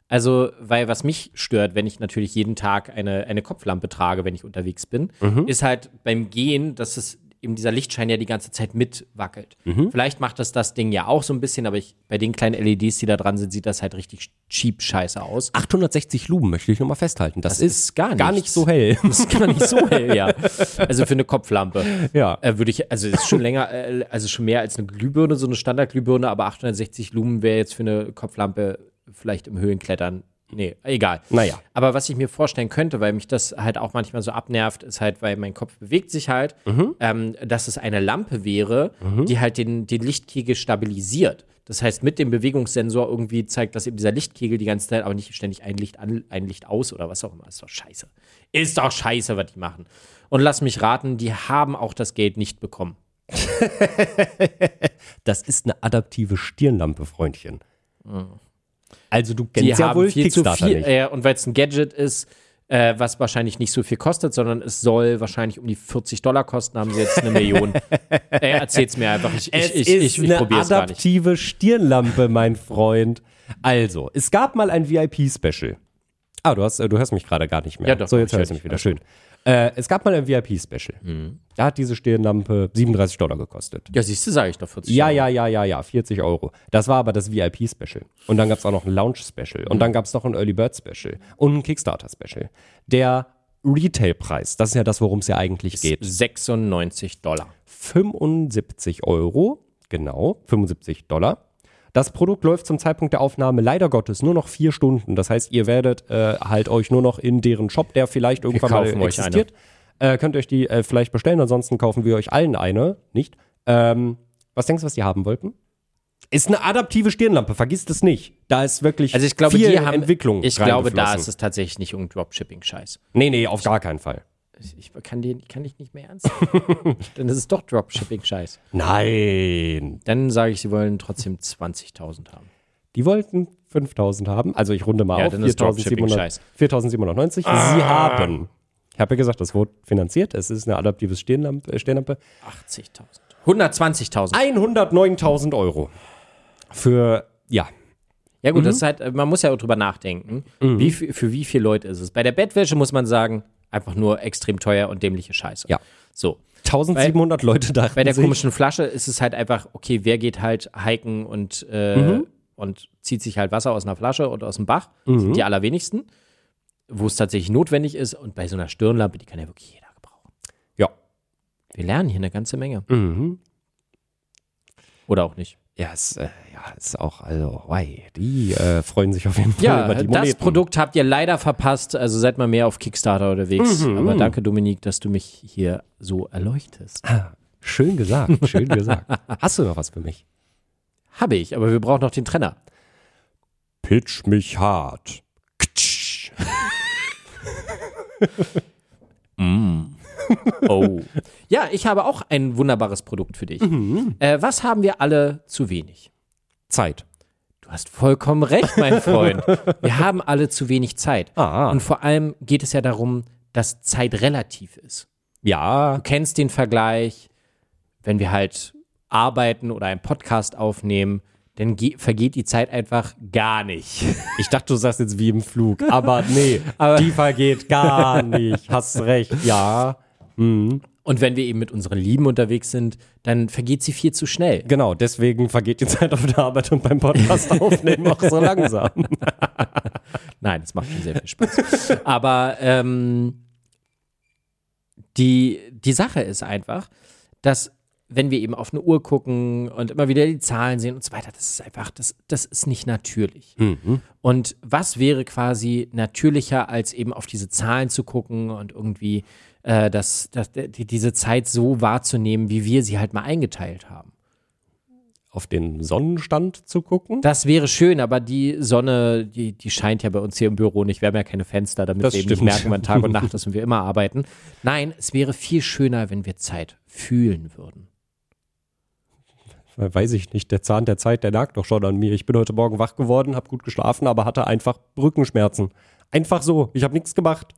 Speaker 3: Also, weil was mich stört, wenn ich natürlich jeden Tag eine, eine Kopflampe trage, wenn ich unterwegs bin, ist halt beim Gehen, dass es eben dieser Lichtschein ja die ganze Zeit mitwackelt. Vielleicht macht das das Ding ja auch so ein bisschen, aber ich, bei den kleinen LEDs, die da dran sind, sieht das halt richtig cheap scheiße aus.
Speaker 2: 860 Lumen möchte ich nochmal festhalten. Das, ist
Speaker 3: gar
Speaker 2: gar nicht
Speaker 3: nichts.
Speaker 2: so hell.
Speaker 3: Das ist gar nicht so hell, ja. Also für eine Kopflampe.
Speaker 2: Ja.
Speaker 3: Äh, würde ich, also ist schon länger, äh, also schon mehr als eine Glühbirne, so eine Standardglühbirne, aber 860 Lumen wäre jetzt für eine Kopflampe vielleicht im Höhenklettern. Nee, egal.
Speaker 2: Naja.
Speaker 3: Aber was ich mir vorstellen könnte, weil mich das halt auch manchmal so abnervt, ist halt, weil mein Kopf bewegt sich halt, ähm, dass es eine Lampe wäre,
Speaker 2: Mhm.
Speaker 3: die halt den, den Lichtkegel stabilisiert. Das heißt, mit dem Bewegungssensor irgendwie zeigt, dass eben dieser Lichtkegel die ganze Zeit aber nicht ständig ein Licht an, ein Licht aus oder was auch immer. Ist doch scheiße. Ist doch scheiße, was die machen. Und lass mich raten, die haben auch das Geld nicht bekommen.
Speaker 2: Das ist eine adaptive Stirnlampe, Freundchen. Also du kennst
Speaker 3: Mhm. die
Speaker 2: ja
Speaker 3: haben
Speaker 2: wohl
Speaker 3: viel zu
Speaker 2: Kickstarter
Speaker 3: viel.
Speaker 2: nicht.
Speaker 3: Äh, und weil es ein Gadget ist, äh, was wahrscheinlich nicht so viel kostet, sondern es soll wahrscheinlich um die 40 Dollar kosten, haben sie jetzt eine Million. äh, erzähl's mir einfach. Ich,
Speaker 2: Es
Speaker 3: ich, ich,
Speaker 2: ist
Speaker 3: ich, ich
Speaker 2: eine
Speaker 3: probier's gar nicht.
Speaker 2: adaptive Stirnlampe, mein Freund. Also, es gab mal ein VIP-Special. Ah, du, hast, äh, du hörst mich gerade gar nicht mehr.
Speaker 3: Ja, doch,
Speaker 2: so, jetzt
Speaker 3: ich
Speaker 2: hörst du
Speaker 3: hör
Speaker 2: mich
Speaker 3: dich. Mhm.
Speaker 2: wieder. Schön. Äh, es gab mal ein VIP-Special. Da hat diese Stirnlampe 37 Dollar gekostet.
Speaker 3: Ja, siehst du, sage ich doch 40
Speaker 2: Ja,
Speaker 3: Dollar.
Speaker 2: ja, ja, ja, ja, 40 Euro. Das war aber das VIP-Special. Und dann gab es auch noch ein Lounge-Special.
Speaker 3: Mhm.
Speaker 2: Und dann gab es noch ein Early Bird-Special. Und ein Kickstarter-Special. Der Retail-Preis, das ist ja das, worum es ja eigentlich geht.
Speaker 3: 96 Dollar.
Speaker 2: 75 Euro, genau, 75 Dollar. Das Produkt läuft zum Zeitpunkt der Aufnahme leider Gottes nur noch vier Stunden. Das heißt, ihr werdet äh, halt euch nur noch in deren Shop, der vielleicht irgendwann mal
Speaker 3: kaufen euch
Speaker 2: existiert, äh, könnt euch die äh, vielleicht bestellen. Ansonsten kaufen wir euch allen eine, nicht? Ähm, was denkst du, was die haben wollten? Ist eine adaptive Stirnlampe, vergisst es nicht. Da ist wirklich
Speaker 3: Also ich glaube,
Speaker 2: viel
Speaker 3: die haben
Speaker 2: Entwicklung
Speaker 3: Ich glaube, da
Speaker 2: reingeflossen.
Speaker 3: ist es tatsächlich nicht um Dropshipping-Scheiß.
Speaker 2: Nee, nee, auf gar keinen Fall.
Speaker 3: Ich ich kann, den, kann ich nicht mehr ernst nehmen. Dann ist es doch Dropshipping-Scheiß.
Speaker 2: Nein.
Speaker 3: Dann sage ich, sie wollen trotzdem 20.000 haben.
Speaker 2: Die wollten 5000 haben, also ich runde mal
Speaker 3: Ja,
Speaker 2: auf,
Speaker 3: dann ist Dropshipping
Speaker 2: 4700
Speaker 3: scheiße.
Speaker 2: 4790. Sie haben, ich habe ja gesagt, das wurde finanziert, es ist eine adaptive Stirnlampe, äh, Stirnlampe
Speaker 3: 80.000. 120.000.
Speaker 2: 109.000 Euro für, ja,
Speaker 3: Ja gut, das ist halt, man muss ja auch drüber nachdenken, wie, viel- für wie viele Leute ist es. Bei der Bettwäsche muss man sagen, einfach nur extrem teuer und dämliche Scheiße.
Speaker 2: Ja.
Speaker 3: So.
Speaker 2: 1700 Leute dachten
Speaker 3: Bei der
Speaker 2: sich,
Speaker 3: komischen Flasche ist es halt einfach, okay, wer geht halt hiken und, äh,
Speaker 2: Mhm.
Speaker 3: und zieht sich halt Wasser aus einer Flasche und aus dem Bach?
Speaker 2: Mhm.
Speaker 3: Sind die allerwenigsten, wo es tatsächlich notwendig ist. Und bei so einer Stirnlampe, die kann ja wirklich jeder gebrauchen.
Speaker 2: ja,
Speaker 3: Wir lernen hier eine ganze Menge.
Speaker 2: mhm.
Speaker 3: Oder auch nicht.
Speaker 2: ja, ist, äh, ja, ist auch, also, wei, die äh, freuen sich auf jeden Fall
Speaker 3: Ja,
Speaker 2: über die
Speaker 3: das
Speaker 2: Moneten.
Speaker 3: Produkt habt ihr leider verpasst. Also seid mal mehr auf Kickstarter unterwegs.
Speaker 2: Mhm,
Speaker 3: Aber danke, Dominik, dass du mich hier so erleuchtest.
Speaker 2: Schön gesagt, schön gesagt. Hast du noch was für mich?
Speaker 3: Habe ich, aber wir brauchen noch den Trenner.
Speaker 2: Pitch mich hart. Ktsch.
Speaker 3: Oh. ja, ich habe auch ein wunderbares Produkt für dich. Äh, was haben wir alle zu wenig?
Speaker 2: Zeit.
Speaker 3: Du hast vollkommen recht, mein Freund. wir haben alle zu wenig Zeit.
Speaker 2: Ah.
Speaker 3: Und vor allem geht es ja darum, dass Zeit relativ ist.
Speaker 2: Ja,
Speaker 3: Du kennst den Vergleich, wenn wir halt arbeiten oder einen Podcast aufnehmen, dann ge- vergeht die Zeit einfach gar nicht.
Speaker 2: Ich dachte, du sagst jetzt wie im Flug, aber nee, aber die vergeht gar nicht. Hast recht, ja.
Speaker 3: Und wenn wir eben mit unseren Lieben unterwegs sind, dann vergeht sie viel zu schnell.
Speaker 2: Genau, deswegen vergeht die Zeit auf der Arbeit und beim Podcast aufnehmen auch so langsam.
Speaker 3: Nein, es macht schon sehr viel Spaß. Aber ähm, die, die Sache ist einfach, dass wenn wir eben auf eine Uhr gucken und immer wieder die Zahlen sehen und so weiter, das ist einfach, das, das ist nicht natürlich.
Speaker 2: Hm. Mhm.
Speaker 3: Und was wäre quasi natürlicher, als eben auf diese Zahlen zu gucken und irgendwie äh, das, das, die, diese Zeit so wahrzunehmen, wie wir sie halt mal eingeteilt haben?
Speaker 2: Auf den Sonnenstand zu gucken.
Speaker 3: Das wäre schön, aber die Sonne, die, die scheint ja bei uns hier im Büro nicht. Wir haben ja keine Fenster, damit
Speaker 2: Das
Speaker 3: wir eben
Speaker 2: stimmt.
Speaker 3: nicht merken, wann Tag und Nacht ist und wir immer arbeiten. Nein, es wäre viel schöner, wenn wir Zeit fühlen würden.
Speaker 2: Weiß ich nicht, der Zahn der Zeit, der lag doch schon an mir. Ich bin heute Morgen wach geworden, habe gut geschlafen, aber hatte einfach Rückenschmerzen. Einfach so, ich habe nichts gemacht.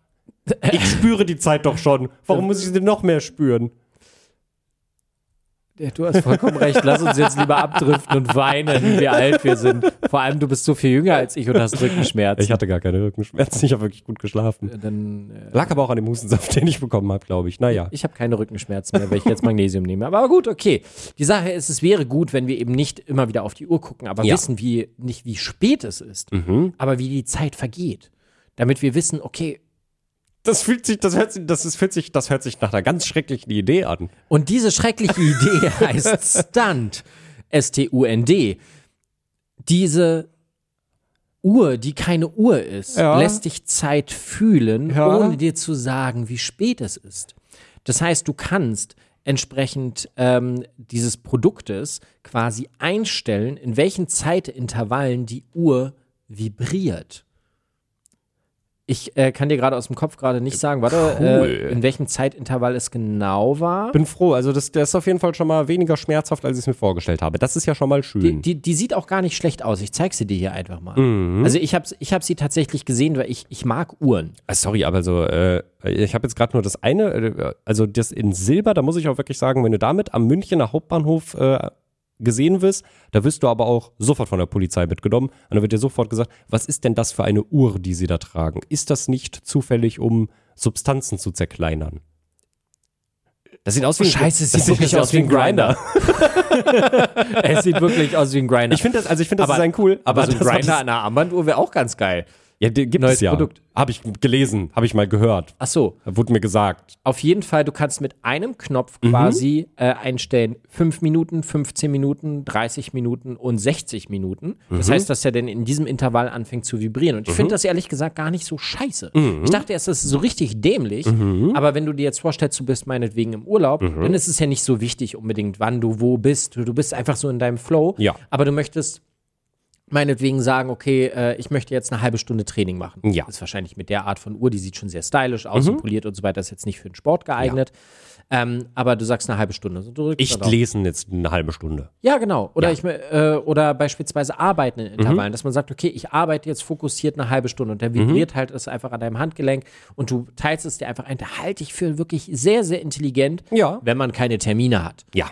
Speaker 2: Ich spüre die Zeit doch schon. Warum muss ich sie noch mehr spüren?
Speaker 3: Ja, du hast vollkommen recht. Lass uns jetzt lieber abdriften und weinen, wie alt wir sind. Vor allem, du bist so viel jünger als ich und hast Rückenschmerzen.
Speaker 2: Ich hatte gar keine Rückenschmerzen, ich habe wirklich gut geschlafen.
Speaker 3: Dann, äh,
Speaker 2: Lag aber auch an dem Hustensaft, den ich bekommen habe, glaube ich. Naja.
Speaker 3: ich habe keine Rückenschmerzen mehr, weil ich jetzt Magnesium nehme. Aber gut, okay. Die Sache ist, es wäre gut, wenn wir eben nicht immer wieder auf die Uhr gucken, aber
Speaker 2: Ja.
Speaker 3: wissen, wie nicht wie spät es ist, aber wie die Zeit vergeht. Damit wir wissen, okay,
Speaker 2: Das fühlt sich, das hört sich, das ist, fühlt sich, das hört sich nach einer ganz schrecklichen Idee an.
Speaker 3: und diese schreckliche Idee heißt Stunt. S-T-U-N-D. Diese Uhr, die keine Uhr ist,
Speaker 2: Ja.
Speaker 3: lässt dich Zeit fühlen,
Speaker 2: Ja.
Speaker 3: ohne dir zu sagen, wie spät es ist. Das heißt, du kannst entsprechend ähm, dieses Produktes quasi einstellen, in welchen Zeitintervallen die Uhr vibriert. Ich äh, kann dir gerade aus dem Kopf gerade nicht sagen, warte, äh, in welchem Zeitintervall es genau war.
Speaker 2: Bin froh, also das, das ist auf jeden Fall schon mal weniger schmerzhaft, als ich es mir vorgestellt habe. Das ist ja schon mal schön.
Speaker 3: Die, die, die sieht auch gar nicht schlecht aus. Ich zeig sie dir hier einfach mal. Also ich habe ich hab sie tatsächlich gesehen, weil ich, ich mag Uhren.
Speaker 2: Ah, Sorry, aber so, äh, ich habe jetzt gerade nur das eine, äh, also das in Silber, da muss ich auch wirklich sagen, wenn du damit am Münchner Hauptbahnhof äh, gesehen wirst, da wirst du aber auch sofort von der Polizei mitgenommen und dann wird dir sofort gesagt, was ist denn das für eine Uhr, die sie da tragen? Ist das nicht zufällig, um Substanzen zu zerkleinern? Das sieht aus wie ein
Speaker 3: Oh, Scheiße, es
Speaker 2: das
Speaker 3: sieht wirklich aus wie ein Grinder. es sieht wirklich aus wie ein Grinder.
Speaker 2: Ich finde das, also ich finde das
Speaker 3: Aber-
Speaker 2: ist ein cool, aber,
Speaker 3: aber so ein
Speaker 2: das war
Speaker 3: Grinder
Speaker 2: das-
Speaker 3: an einer Armbanduhr wäre auch ganz geil.
Speaker 2: ja, die gibt
Speaker 3: neues
Speaker 2: es ja.
Speaker 3: Produkt.
Speaker 2: Habe ich gelesen, habe ich mal gehört,
Speaker 3: Ach so,
Speaker 2: wurde mir gesagt.
Speaker 3: auf jeden Fall, du kannst mit einem Knopf quasi äh, einstellen 5 Minuten, 15 Minuten, 30 Minuten und 60 Minuten. Das heißt, dass er dann in diesem Intervall anfängt zu vibrieren. Und ich finde das ehrlich gesagt gar nicht so scheiße. Ich dachte erst, das ist so richtig dämlich. Aber wenn du dir jetzt vorstellst, du bist meinetwegen im Urlaub, dann ist es ja nicht so wichtig unbedingt, wann du wo bist. Du, du bist einfach so in deinem Flow.
Speaker 2: Ja.
Speaker 3: Aber du möchtest meinetwegen sagen, okay, äh, ich möchte jetzt eine halbe Stunde Training machen.
Speaker 2: Ja. Mhm.
Speaker 3: Ist wahrscheinlich mit der Art von Uhr, die sieht schon sehr stylisch aus und poliert und so weiter, ist jetzt nicht für den Sport geeignet. Ähm, aber du sagst eine halbe Stunde. So, du drückst da
Speaker 2: Ich
Speaker 3: drauf.
Speaker 2: lesen jetzt eine halbe Stunde.
Speaker 3: Ja, genau. Oder, Ich, mö- äh, oder beispielsweise arbeiten
Speaker 2: Mhm.
Speaker 3: in Intervallen, dass man sagt, okay, ich arbeite jetzt fokussiert eine halbe Stunde und dann vibriert halt es einfach an deinem Handgelenk und du teilst es dir einfach ein. Da halte ich für wirklich sehr, sehr intelligent,
Speaker 2: Ja.
Speaker 3: wenn man keine Termine hat.
Speaker 2: Ja.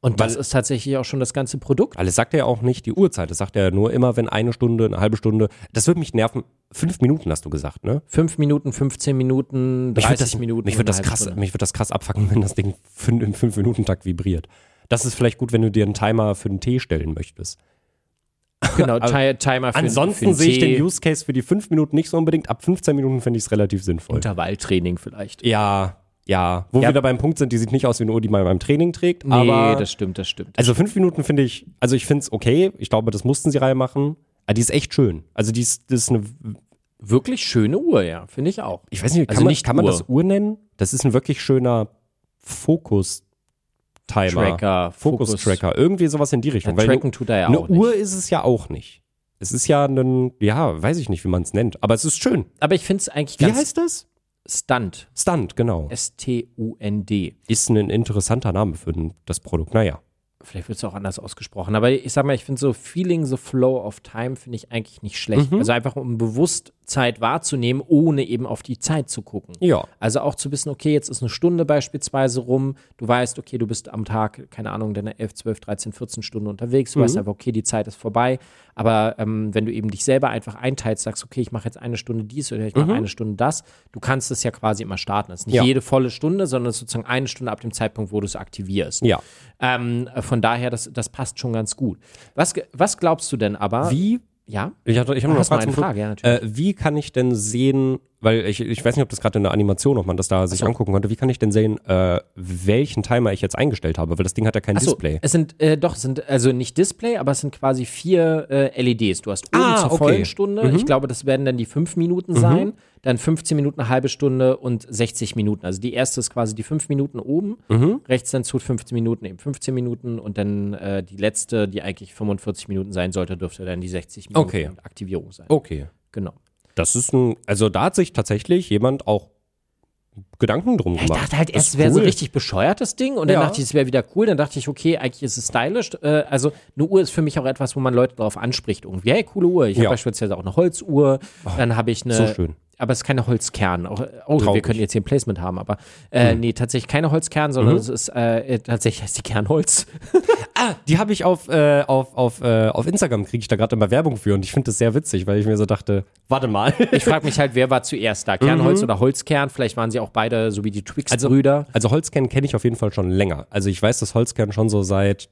Speaker 3: Und das ist tatsächlich auch schon das ganze Produkt.
Speaker 2: Weil es sagt ja auch nicht die Uhrzeit. Es sagt ja nur immer, wenn eine Stunde, eine halbe Stunde. Das würde mich nerven. Fünf Minuten hast du gesagt, ne?
Speaker 3: Fünf Minuten, 15 Minuten,
Speaker 2: Mich
Speaker 3: 30
Speaker 2: würde das,
Speaker 3: Minuten.
Speaker 2: mich
Speaker 3: und eine
Speaker 2: würd das,
Speaker 3: halbe
Speaker 2: krass,
Speaker 3: Stunde.
Speaker 2: mich würd das krass abfacken, wenn das Ding fün- im Fünf-Minuten-Takt vibriert. Das ist vielleicht gut, wenn du dir einen Timer für einen Tee stellen möchtest.
Speaker 3: Genau, Ti- Timer für
Speaker 2: Ansonsten
Speaker 3: für
Speaker 2: sehe ich
Speaker 3: Tee,
Speaker 2: den Use Case für die fünf Minuten nicht so unbedingt. Ab 15 Minuten finde ich es relativ sinnvoll.
Speaker 3: Intervalltraining vielleicht.
Speaker 2: Ja, ja. Wo wir da beim Punkt sind, die sieht nicht aus wie eine Uhr, die man beim Training trägt. aber
Speaker 3: nee, das stimmt, das stimmt.
Speaker 2: Also fünf Minuten finde ich, also ich finde es okay. Ich glaube, das mussten sie reinmachen. Aber die ist echt schön. Also die ist, das ist eine,
Speaker 3: Wirklich schöne Uhr, ja, finde ich auch.
Speaker 2: ich weiß nicht, kann,
Speaker 3: Also
Speaker 2: man,
Speaker 3: nicht
Speaker 2: kann man
Speaker 3: Uhr.
Speaker 2: das Uhr nennen? Das ist ein wirklich schöner Fokus-Timer.
Speaker 3: Tracker,
Speaker 2: Fokus-Tracker. Irgendwie sowas in die Richtung.
Speaker 3: Ja,
Speaker 2: Weil
Speaker 3: tracken tut er ja
Speaker 2: eine
Speaker 3: auch
Speaker 2: Uhr ist es ja auch nicht. Es ist ja ein, ja, weiß ich nicht, wie man es nennt. Aber es ist schön.
Speaker 3: Aber ich finde es eigentlich
Speaker 2: Wie
Speaker 3: ganz
Speaker 2: heißt das?
Speaker 3: Stunt.
Speaker 2: Stunt, genau.
Speaker 3: S-T-U-N-D.
Speaker 2: Ist ein interessanter Name für das Produkt. Naja.
Speaker 3: vielleicht wird es auch anders ausgesprochen, aber ich sag mal, ich finde so Feeling the Flow of Time finde ich eigentlich nicht schlecht.
Speaker 2: Mhm.
Speaker 3: Also einfach um bewusst Zeit wahrzunehmen, ohne eben auf die Zeit zu gucken.
Speaker 2: Ja.
Speaker 3: Also auch zu wissen, okay, jetzt ist eine Stunde beispielsweise rum, du weißt, okay, du bist am Tag, keine Ahnung, deine 11, 12, 13, 14 Stunden unterwegs, du
Speaker 2: Mhm.
Speaker 3: weißt aber, okay, die Zeit ist vorbei, aber ähm, wenn du eben dich selber einfach einteilst, sagst, okay, ich mache jetzt eine Stunde dies oder ich mache eine Stunde das, du kannst es ja quasi immer starten. Es ist nicht
Speaker 2: Mhm. Ja.
Speaker 3: jede volle Stunde, sondern es ist sozusagen eine Stunde ab dem Zeitpunkt, wo du es aktivierst.
Speaker 2: Ja.
Speaker 3: Ähm, von daher, das, das passt schon ganz gut. Was, ge- was glaubst du denn aber?
Speaker 2: Wie
Speaker 3: Ja?
Speaker 2: Ich habe ich hab
Speaker 3: Ah,
Speaker 2: noch
Speaker 3: hast du
Speaker 2: Frage
Speaker 3: eine
Speaker 2: zum
Speaker 3: Frage? Ja,
Speaker 2: Schluss.
Speaker 3: natürlich.
Speaker 2: äh, wie kann ich denn sehen, weil ich, ich weiß nicht, ob das gerade in der Animation, ob man das da sich angucken konnte, wie kann ich denn sehen, äh, welchen Timer ich jetzt eingestellt habe? Weil das Ding hat ja kein
Speaker 3: Achso,
Speaker 2: Display.
Speaker 3: es sind, äh, doch, es sind also nicht Display, aber es sind quasi vier äh, LEDs. Du hast oben
Speaker 2: Ah,
Speaker 3: zur
Speaker 2: okay. Mhm.
Speaker 3: vollen Stunde, ich glaube, das werden dann die fünf Minuten sein, dann 15 Minuten, eine halbe Stunde und 60 Minuten. Also die erste ist quasi die fünf Minuten oben,
Speaker 2: Mhm.
Speaker 3: rechts dann zu 15 Minuten, eben 15 Minuten und dann äh, die letzte, die eigentlich 45 Minuten sein sollte, dürfte dann die 60 Minuten
Speaker 2: Okay.
Speaker 3: Aktivierung sein.
Speaker 2: Okay.
Speaker 3: Genau.
Speaker 2: Das ist ein, also da hat sich tatsächlich jemand auch Gedanken drum
Speaker 3: Ich
Speaker 2: gemacht.
Speaker 3: dachte halt,
Speaker 2: Das ist
Speaker 3: erst wäre so
Speaker 2: cool.
Speaker 3: richtig bescheuert, das Ding. Und dann
Speaker 2: Ja.
Speaker 3: dachte ich, es wäre wieder cool. Dann dachte ich, okay, eigentlich ist es stylisch. Äh, also eine Uhr ist für mich auch etwas, wo man Leute darauf anspricht. Irgendwie, hey, coole Uhr. Ich
Speaker 2: Ja. Oh,
Speaker 3: habe beispielsweise auch eine Holzuhr. dann habe ich eine.
Speaker 2: so schön.
Speaker 3: Aber es ist keine Holzkern. Auch, oh, wir
Speaker 2: Traurig. Hm.
Speaker 3: können jetzt hier ein Placement haben, aber äh, nee, tatsächlich keine Holzkern, sondern
Speaker 2: Mhm.
Speaker 3: es ist äh, tatsächlich heißt die Kernholz.
Speaker 2: Die habe ich auf, äh, auf, auf, äh, auf Instagram, kriege ich da gerade immer Werbung für und ich finde das sehr witzig, weil ich mir so dachte, warte mal.
Speaker 3: Ich frage mich halt, wer war zuerst da?
Speaker 2: Mhm.
Speaker 3: Kernholz oder Holzkern? Vielleicht waren sie auch beide so wie die Twix-Brüder.
Speaker 2: Also Holzkern kenne ich auf jeden Fall schon länger. Also ich weiß, dass Holzkern schon so seit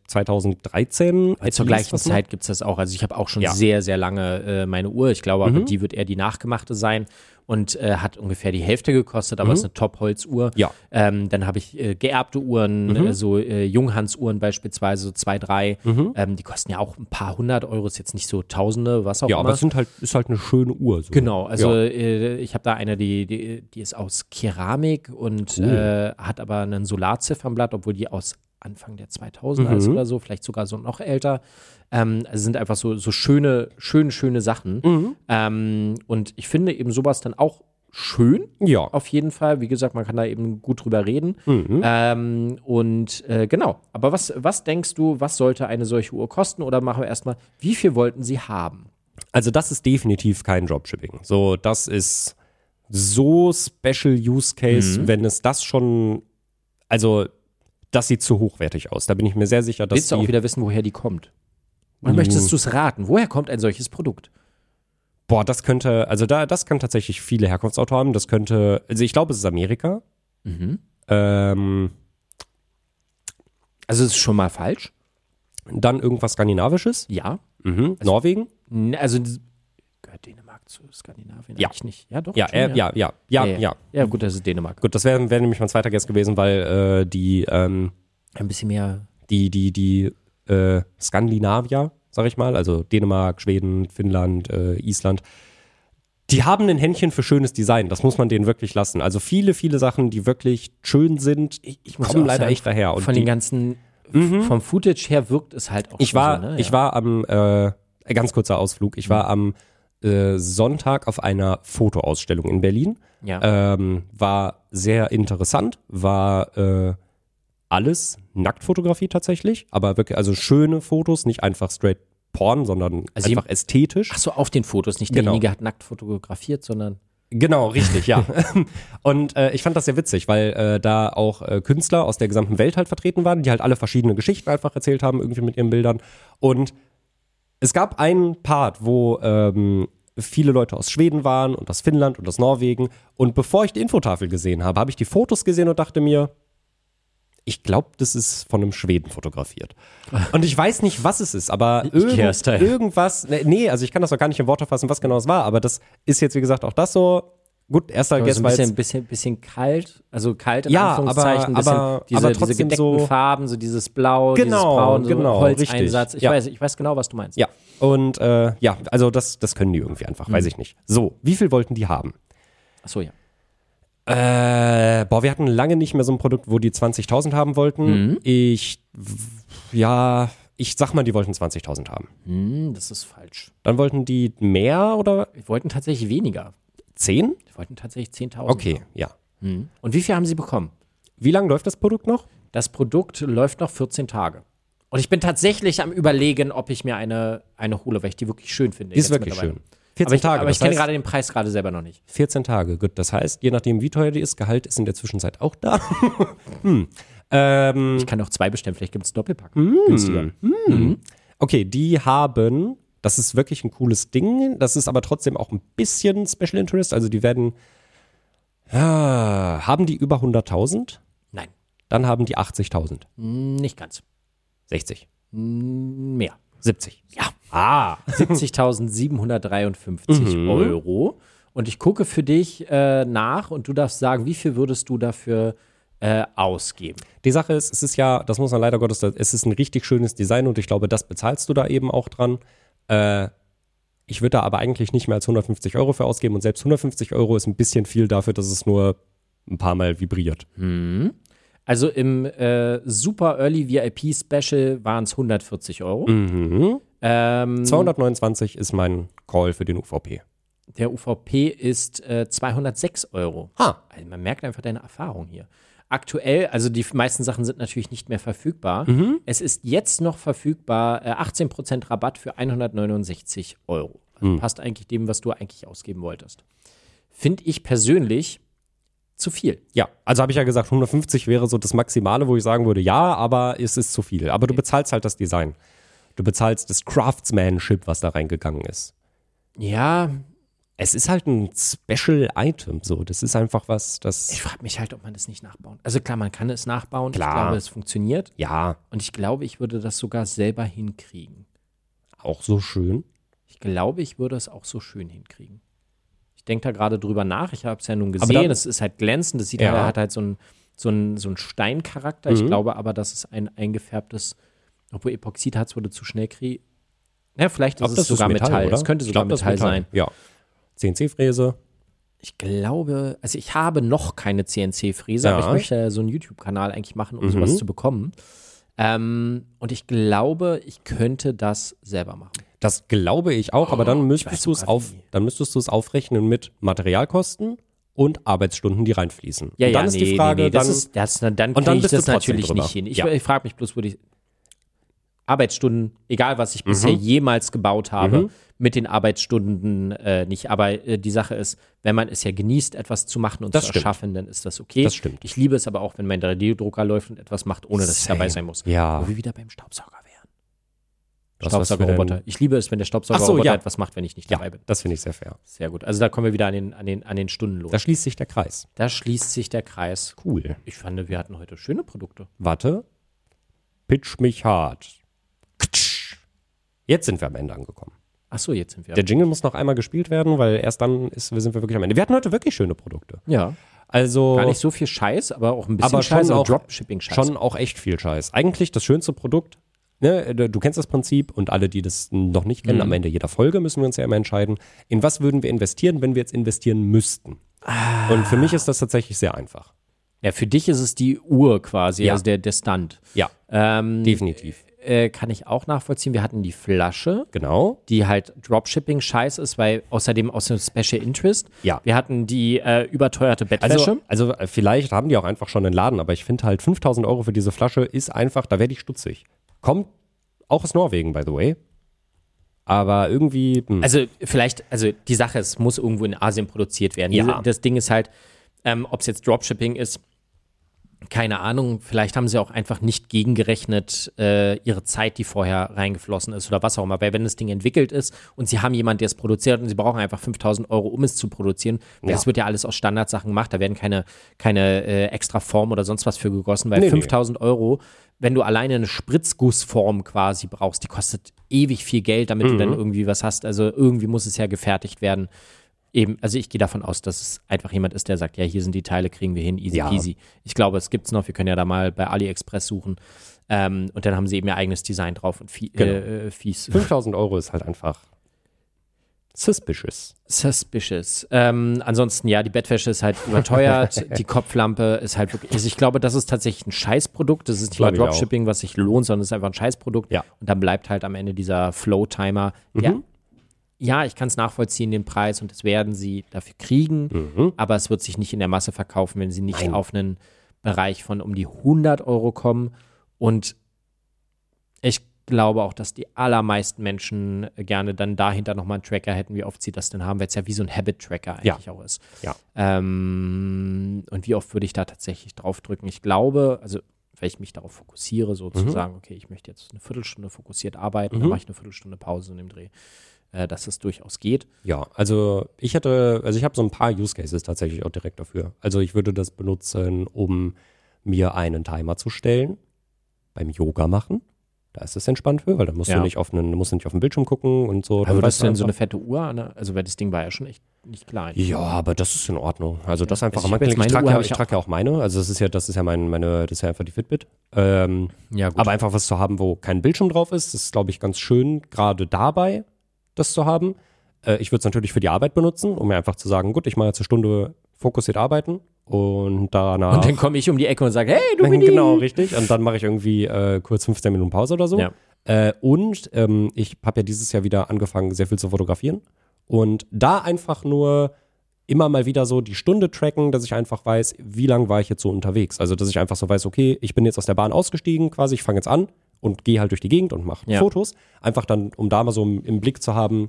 Speaker 2: 2013 at least
Speaker 3: Zur gleichen
Speaker 2: was macht.
Speaker 3: Zeit gibt es das auch. Also ich habe auch schon
Speaker 2: Ja. Mhm.
Speaker 3: sehr, sehr lange äh, meine Uhr. Ich glaube, aber die wird eher die nachgemachte sein und äh, hat ungefähr die Hälfte gekostet, aber es ist eine Top-Holzuhr.
Speaker 2: Mhm. Ja. Mhm.
Speaker 3: Ähm, dann habe ich äh, geerbte Uhren, äh, so äh, Junghans-Uhren beispielsweise, so zwei, drei.
Speaker 2: Mhm.
Speaker 3: Ähm, die kosten ja auch ein paar hundert Euro, ist jetzt nicht so Tausende, was auch
Speaker 2: Ja,
Speaker 3: immer.
Speaker 2: aber es sind halt, ist halt eine schöne Uhr. So.
Speaker 3: Genau, also
Speaker 2: Ja.
Speaker 3: äh, ich habe da eine, die, die, die ist aus Keramik und äh, hat aber einen Solarziffernblatt, obwohl die aus Anfang der 2000er ist oder so, vielleicht sogar so noch älter. Ähm, also sind einfach so, so schöne, schöne, schöne Sachen. Ähm, und ich finde eben sowas dann auch schön,
Speaker 2: Ja.
Speaker 3: auf jeden Fall. Wie gesagt, man kann da eben gut drüber reden. Ähm, und äh, genau, aber was, was denkst du, was sollte eine solche Uhr kosten? Oder machen wir erstmal, wie viel wollten sie haben?
Speaker 2: Also das ist definitiv kein Dropshipping. So, das ist so Special Use Case,
Speaker 3: Mhm.
Speaker 2: wenn es das schon, also das sieht zu hochwertig aus. Da bin ich mir sehr sicher, dass
Speaker 3: Willst du auch
Speaker 2: die, Uh.
Speaker 3: wieder wissen, woher die kommt? Und möchtest du es raten? Woher kommt ein solches Produkt?
Speaker 2: boah, das könnte, also da, das kann tatsächlich viele Herkunftsautor haben. Das könnte, also ich glaube, es ist Amerika.
Speaker 3: Mhm.
Speaker 2: Ähm,
Speaker 3: Also es ist schon mal falsch.
Speaker 2: dann irgendwas Skandinavisches,
Speaker 3: Ja.
Speaker 2: mhm. Norwegen.
Speaker 3: N- Also das- gehört Dänemark zu Skandinavien
Speaker 2: Ja.
Speaker 3: eigentlich nicht. Ja, doch.
Speaker 2: Ja,
Speaker 3: schon,
Speaker 2: äh, ja, ja, ja, ja,
Speaker 3: ja. Ja, gut, das ist Dänemark.
Speaker 2: Gut, das wäre wär nämlich mein zweiter Guess gewesen, weil äh, die, ähm,
Speaker 3: Ein bisschen mehr.
Speaker 2: die, die, die äh, Skandinavier, sag ich mal, also Dänemark, Schweden, Finnland, äh, Island, die haben ein Händchen für schönes Design. Das muss man denen wirklich lassen. Also viele, viele Sachen, die wirklich schön sind, kommen
Speaker 3: auch
Speaker 2: leider
Speaker 3: sagen,
Speaker 2: echt daher. Und
Speaker 3: von den
Speaker 2: die, Mhm.
Speaker 3: ganzen, vom Footage her wirkt es halt auch
Speaker 2: ich
Speaker 3: schon
Speaker 2: war,
Speaker 3: so, ne? Mhm.
Speaker 2: ich war am, äh, ganz kurzer Ausflug, ich war am äh, Sonntag auf einer Fotoausstellung in Berlin.
Speaker 3: ja. Ja.
Speaker 2: Ähm, war sehr interessant, war äh, alles Nacktfotografie tatsächlich, aber wirklich, also schöne Fotos, nicht einfach straight Porn, sondern
Speaker 3: Also
Speaker 2: einfach ästhetisch.
Speaker 3: Ach so, auf den Fotos. Nicht
Speaker 2: Genau.
Speaker 3: derjenige hat nackt fotografiert, sondern
Speaker 2: Genau, richtig, ja. Und äh, ich fand das sehr witzig, weil äh, da auch äh, Künstler aus der gesamten Welt halt vertreten waren, die halt alle verschiedene Geschichten einfach erzählt haben, irgendwie mit ihren Bildern. Und es gab einen Part, wo ähm, viele Leute aus Schweden waren und aus Finnland und aus Norwegen. Und bevor ich die Infotafel gesehen habe, habe ich die Fotos gesehen und dachte mir, ich glaube, das ist von einem Schweden fotografiert. Und ich weiß nicht, was es ist, aber irgend,
Speaker 3: Ikea-Style.
Speaker 2: irgendwas, ne- nee, also ich kann das auch gar nicht in Worte fassen, was genau es war, aber das ist jetzt, wie gesagt, auch das so. Gut, erster
Speaker 3: aber so
Speaker 2: Guess
Speaker 3: ein
Speaker 2: war
Speaker 3: bisschen,
Speaker 2: jetzt,
Speaker 3: bisschen, bisschen kalt. Also kalt in
Speaker 2: Ja, aber-
Speaker 3: Anführungszeichen. bisschen
Speaker 2: aber-
Speaker 3: diese,
Speaker 2: aber
Speaker 3: diese
Speaker 2: trotzdem
Speaker 3: gedeckten
Speaker 2: so-
Speaker 3: Farben, so dieses Blau, dieses
Speaker 2: Genau,
Speaker 3: Braun, so
Speaker 2: genau,
Speaker 3: Holzeinsatz.
Speaker 2: richtig.
Speaker 3: Ich,
Speaker 2: Ja.
Speaker 3: weiß, ich weiß genau, was du meinst.
Speaker 2: ja, und äh, ja, also das, das können die irgendwie einfach,
Speaker 3: Mhm.
Speaker 2: weiß ich nicht. So, wie viel wollten die haben?
Speaker 3: Achso, ja.
Speaker 2: Äh, boah, wir hatten lange nicht mehr so ein Produkt, wo die 20.000 haben wollten.
Speaker 3: Mhm.
Speaker 2: Ich, w- ja, ich sag mal, die wollten 20.000 haben.
Speaker 3: Hm, das ist falsch.
Speaker 2: Dann wollten die mehr oder
Speaker 3: Wir wollten tatsächlich weniger.
Speaker 2: 10?
Speaker 3: Wir wollten tatsächlich 10.000.
Speaker 2: Okay, ja.
Speaker 3: Hm. Und wie viel haben sie bekommen?
Speaker 2: Wie lange läuft das Produkt noch?
Speaker 3: Das Produkt läuft noch 14 Tage. Und ich bin tatsächlich am überlegen, ob ich mir eine, eine hole, weil ich die wirklich schön finde.
Speaker 2: Die ist
Speaker 3: jetzt
Speaker 2: wirklich
Speaker 3: mittlerweile.
Speaker 2: schön. 14
Speaker 3: aber ich,
Speaker 2: Tage.
Speaker 3: aber ich
Speaker 2: das
Speaker 3: kenne
Speaker 2: heißt,
Speaker 3: gerade den Preis gerade selber noch nicht.
Speaker 2: 14 Tage. Gut, das heißt, je nachdem, wie teuer die ist, Gehalt ist in der Zwischenzeit auch da. hm. ähm,
Speaker 3: Ich kann auch zwei bestellen, vielleicht gibt es Doppelpack.
Speaker 2: Hm.
Speaker 3: Günstiger.
Speaker 2: okay, die haben, das ist wirklich ein cooles Ding. Das ist aber trotzdem auch ein bisschen Special Interest. Also die werden, ah, haben die über 100.000,
Speaker 3: Nein,
Speaker 2: dann haben die 80.000,
Speaker 3: nicht ganz.
Speaker 2: 60,
Speaker 3: Mehr.
Speaker 2: 70.
Speaker 3: Ja.
Speaker 2: Ah,
Speaker 3: 70.753 Euro. Und ich gucke für dich äh, nach und du darfst sagen, wie viel würdest du dafür äh, ausgeben?
Speaker 2: Die Sache ist, es ist ja, das muss man leider Gottes, es ist ein richtig schönes Design und ich glaube, das bezahlst du da eben auch dran. Äh, ich würde da aber eigentlich nicht mehr als 150 Euro für ausgeben und selbst 150 Euro ist ein bisschen viel dafür, dass es nur ein paar Mal vibriert.
Speaker 3: Also im äh, Super Early VIP Special waren es 140 Euro. Ähm,
Speaker 2: 229 ist mein Call für den UVP.
Speaker 3: der UVP ist äh, 206 Euro.
Speaker 2: Ha.
Speaker 3: Also man merkt einfach deine Erfahrung hier. Aktuell, also die meisten Sachen sind natürlich nicht mehr verfügbar.
Speaker 2: Mhm.
Speaker 3: Es ist jetzt noch verfügbar äh, 18% Rabatt für 169 Euro. Also
Speaker 2: Mhm.
Speaker 3: Passt eigentlich dem, was du eigentlich ausgeben wolltest. Finde ich persönlich zu viel.
Speaker 2: Ja, also habe ich ja gesagt, 150 wäre so das Maximale, wo ich sagen würde, ja, aber es ist zu viel. Aber du bezahlst halt das Design. Du bezahlst das Craftsmanship, was da reingegangen ist.
Speaker 3: Ja,
Speaker 2: Es ist halt ein Special Item, so. Das ist einfach was, das.
Speaker 3: ich frage mich halt, ob man das nicht nachbauen. Also klar, man kann es nachbauen. Ich
Speaker 2: Klar.
Speaker 3: glaube, es funktioniert.
Speaker 2: Ja,
Speaker 3: Und ich glaube, ich würde das sogar selber hinkriegen.
Speaker 2: auch so schön.
Speaker 3: Ich glaube, ich würde es auch so schön hinkriegen. Ich denke da gerade drüber nach. Ich habe es ja nun
Speaker 2: dann-
Speaker 3: gesehen. Es ist halt glänzend. Es sieht
Speaker 2: Ja. Mhm.
Speaker 3: halt, hat halt so einen so einen- so einen Steincharakter. Ich glaube aber, dass es ein eingefärbtes, obwohl Epoxid hat, es wurde zu schnell krieg. Ja, vielleicht ist
Speaker 2: Ob
Speaker 3: es sogar Metall.
Speaker 2: oder?
Speaker 3: Es könnte
Speaker 2: Ich
Speaker 3: sogar
Speaker 2: glaub, das ist
Speaker 3: Metall, sein.
Speaker 2: Ja. CNC-Fräse.
Speaker 3: Ich glaube, also ich habe noch keine CNC-Fräse, aber
Speaker 2: Ja. Mhm.
Speaker 3: ich möchte ja so einen YouTube-Kanal eigentlich machen, um sowas zu bekommen. Ähm, und ich glaube, ich könnte das selber machen.
Speaker 2: Das glaube ich auch, aber dann müsstest
Speaker 3: Oh, weiß
Speaker 2: du es
Speaker 3: sogar
Speaker 2: auf,
Speaker 3: wie.
Speaker 2: dann müsstest du es aufrechnen mit Materialkosten und Arbeitsstunden, die reinfließen.
Speaker 3: Ja,
Speaker 2: und dann
Speaker 3: ja,
Speaker 2: ist
Speaker 3: nee,
Speaker 2: die Frage,
Speaker 3: nee, nee,
Speaker 2: dann,
Speaker 3: das ist, das, na, dann
Speaker 2: Und
Speaker 3: kriege
Speaker 2: dann
Speaker 3: ich
Speaker 2: bist
Speaker 3: das
Speaker 2: du trotzdem
Speaker 3: natürlich
Speaker 2: drüber.
Speaker 3: nicht hin. Ich,
Speaker 2: Ja.
Speaker 3: ich frage mich bloß, wo die Arbeitsstunden, egal was ich
Speaker 2: Mhm.
Speaker 3: bisher jemals gebaut habe, mit den Arbeitsstunden äh, nicht. Aber äh, die Sache ist, wenn man es ja genießt, etwas zu machen und
Speaker 2: Das
Speaker 3: zu
Speaker 2: stimmt.
Speaker 3: erschaffen, dann ist das okay.
Speaker 2: Das stimmt.
Speaker 3: Ich liebe es aber auch, wenn mein 3D-Drucker läuft und etwas macht, ohne dass ich dabei
Speaker 2: Same.
Speaker 3: sein muss.
Speaker 2: Ja.
Speaker 3: Wo wir wieder beim Staubsauger wären.
Speaker 2: Du hast was für
Speaker 3: Staubsaugerroboter.
Speaker 2: deinen-
Speaker 3: Ich liebe es, wenn der Staubsaugerroboter
Speaker 2: ja.
Speaker 3: etwas macht, wenn ich nicht dabei
Speaker 2: ja,
Speaker 3: bin.
Speaker 2: das finde ich sehr fair.
Speaker 3: Sehr gut. Also da kommen wir wieder an den, an den, an den Stundenlohn.
Speaker 2: Da schließt sich der Kreis.
Speaker 3: da schließt sich der Kreis.
Speaker 2: Cool.
Speaker 3: Ich fand, wir hatten heute schöne Produkte.
Speaker 2: Warte. Pitch mich hart. Ktsch. Jetzt sind wir am Ende angekommen.
Speaker 3: Ach so, jetzt sind wir.
Speaker 2: Der Jingle muss noch einmal gespielt werden, weil erst dann ist, sind wir wirklich am Ende. Wir hatten heute wirklich schöne Produkte.
Speaker 3: ja.
Speaker 2: Also
Speaker 3: Gar nicht so viel Scheiß, aber auch ein bisschen
Speaker 2: aber
Speaker 3: Scheiß,
Speaker 2: schon
Speaker 3: aber
Speaker 2: auch,
Speaker 3: Dropshipping-Scheiß.
Speaker 2: schon auch echt viel Scheiß. Eigentlich das schönste Produkt, ne, du kennst das Prinzip und alle, die das noch nicht
Speaker 3: Mhm.
Speaker 2: kennen, am Ende jeder Folge müssen wir uns ja immer entscheiden, in was würden wir investieren, wenn wir jetzt investieren müssten.
Speaker 3: Ah.
Speaker 2: Und für mich ist das tatsächlich sehr einfach.
Speaker 3: Ja, für dich ist es die Uhr quasi,
Speaker 2: Ja.
Speaker 3: also der, der Stunt.
Speaker 2: Ja,
Speaker 3: Ähm,
Speaker 2: definitiv.
Speaker 3: äh, kann ich auch nachvollziehen. Wir hatten die Flasche,
Speaker 2: Genau.
Speaker 3: die halt Dropshipping-Scheiß ist, weil außerdem aus dem Special Interest.
Speaker 2: Ja.
Speaker 3: Wir hatten die äh, überteuerte Bettwäsche.
Speaker 2: Also, also äh, vielleicht haben die auch einfach schon einen Laden, aber ich finde halt 5000 Euro für diese Flasche ist einfach, da werde ich stutzig. Kommt auch aus Norwegen, by the way. Aber irgendwie, hm,
Speaker 3: Also vielleicht, also die Sache, es muss irgendwo in Asien produziert werden.
Speaker 2: Ja.
Speaker 3: Diese, das Ding ist halt, ähm, ob es jetzt Dropshipping ist, keine Ahnung. Vielleicht haben sie auch einfach nicht gegengerechnet äh, ihre Zeit, die vorher reingeflossen ist oder was auch immer. Weil wenn das Ding entwickelt ist und sie haben jemanden, der es produziert und sie brauchen einfach 5000 Euro, um es zu produzieren, weil
Speaker 2: Ja.
Speaker 3: das wird ja alles aus Standardsachen gemacht. Da werden keine, keine äh, extra Form oder sonst was für gegossen, weil
Speaker 2: Nee, nee.
Speaker 3: 5000 Euro, wenn du alleine eine Spritzgussform quasi brauchst, die kostet ewig viel Geld, damit du dann
Speaker 2: Mhm.
Speaker 3: irgendwie was hast. Also irgendwie muss es ja gefertigt werden. Eben, also ich gehe davon aus, dass es einfach jemand ist, der sagt, ja, hier sind die Teile, kriegen wir hin, easy
Speaker 2: Ja.
Speaker 3: peasy. Ich glaube, es gibt's noch, wir können ja da mal bei AliExpress suchen. Ähm, und dann haben sie eben ihr eigenes Design drauf und fie
Speaker 2: Genau.
Speaker 3: äh, äh, fies.
Speaker 2: 5000 Euro ist halt einfach suspicious.
Speaker 3: Suspicious. Ähm, ansonsten, ja, die Bettwäsche ist halt überteuert, die Kopflampe ist halt wirklich. Also ich glaube, das ist tatsächlich ein Scheißprodukt. Das ist nicht mal
Speaker 2: Glaube ich auch.
Speaker 3: Dropshipping, was sich lohnt, sondern es ist einfach ein Scheißprodukt.
Speaker 2: Ja. Mhm.
Speaker 3: Und dann bleibt halt am Ende dieser Flow-Timer. Der, ja, ich kann es nachvollziehen, den Preis, und das werden sie dafür kriegen,
Speaker 2: Mhm.
Speaker 3: aber es wird sich nicht in der Masse verkaufen, wenn sie nicht auf einen Bereich von um die 100 Euro kommen. Und Ich glaube auch, dass die allermeisten Menschen gerne dann dahinter nochmal einen Tracker hätten, wie oft sie das denn haben, weil es ja wie so ein Habit-Tracker
Speaker 2: Ja.
Speaker 3: eigentlich auch ist.
Speaker 2: Ja.
Speaker 3: Ähm, und wie oft würde ich da tatsächlich draufdrücken? Ich glaube, also weil ich mich darauf fokussiere, so zu
Speaker 2: Mhm.
Speaker 3: sagen, okay, ich möchte jetzt eine Viertelstunde fokussiert arbeiten, dann mache ich eine Viertelstunde Pause in dem Dreh, äh, dass es durchaus geht.
Speaker 2: Ja, also ich hatte, also ich habe so ein paar Use Cases tatsächlich auch direkt dafür. Also ich würde das benutzen, um mir einen Timer zu stellen beim Yoga machen. Da ist es entspannt für, weil da musst
Speaker 3: Ja.
Speaker 2: du nicht auf einen, musst du nicht auf den Bildschirm gucken und so.
Speaker 3: Aber würdest
Speaker 2: weißt
Speaker 3: du denn so eine
Speaker 2: einfach-
Speaker 3: fette Uhr, an der- also weil das Ding war ja schon echt nicht klein.
Speaker 2: ja, aber das ist in Ordnung. Also das einfach
Speaker 3: Also ich
Speaker 2: am
Speaker 3: hab jetzt
Speaker 2: Handgelenk. Ich,
Speaker 3: meine
Speaker 2: trage
Speaker 3: Uhr,
Speaker 2: ja,
Speaker 3: hab
Speaker 2: ich
Speaker 3: ich ja-
Speaker 2: trage ja auch meine. Also das ist ja, das ist ja mein, meine, das ist ja einfach die Fitbit. Ähm,
Speaker 3: Ja, gut.
Speaker 2: aber einfach was zu haben, wo kein Bildschirm drauf ist, das ist, glaube ich, ganz schön, gerade dabei, das zu haben. Äh, ich würde es natürlich für die Arbeit benutzen, um mir einfach zu sagen, gut, ich mache jetzt eine Stunde fokussiert arbeiten und danach.
Speaker 3: und dann komme ich um die Ecke und sage, hey, du Mini!
Speaker 2: genau, richtig. Und dann mache ich irgendwie äh, kurz 15 Minuten Pause oder so.
Speaker 3: Ja.
Speaker 2: Äh, und ähm, ich habe ja dieses Jahr wieder angefangen, sehr viel zu fotografieren. Und da einfach nur immer mal wieder so die Stunde tracken, dass ich einfach weiß, wie lang war ich jetzt so unterwegs. Also, dass ich einfach so weiß, okay, ich bin jetzt aus der Bahn ausgestiegen, quasi, ich fange jetzt an und gehe halt durch die Gegend und mache
Speaker 3: Ja.
Speaker 2: Fotos. Einfach dann, um da mal so im, im Blick zu haben,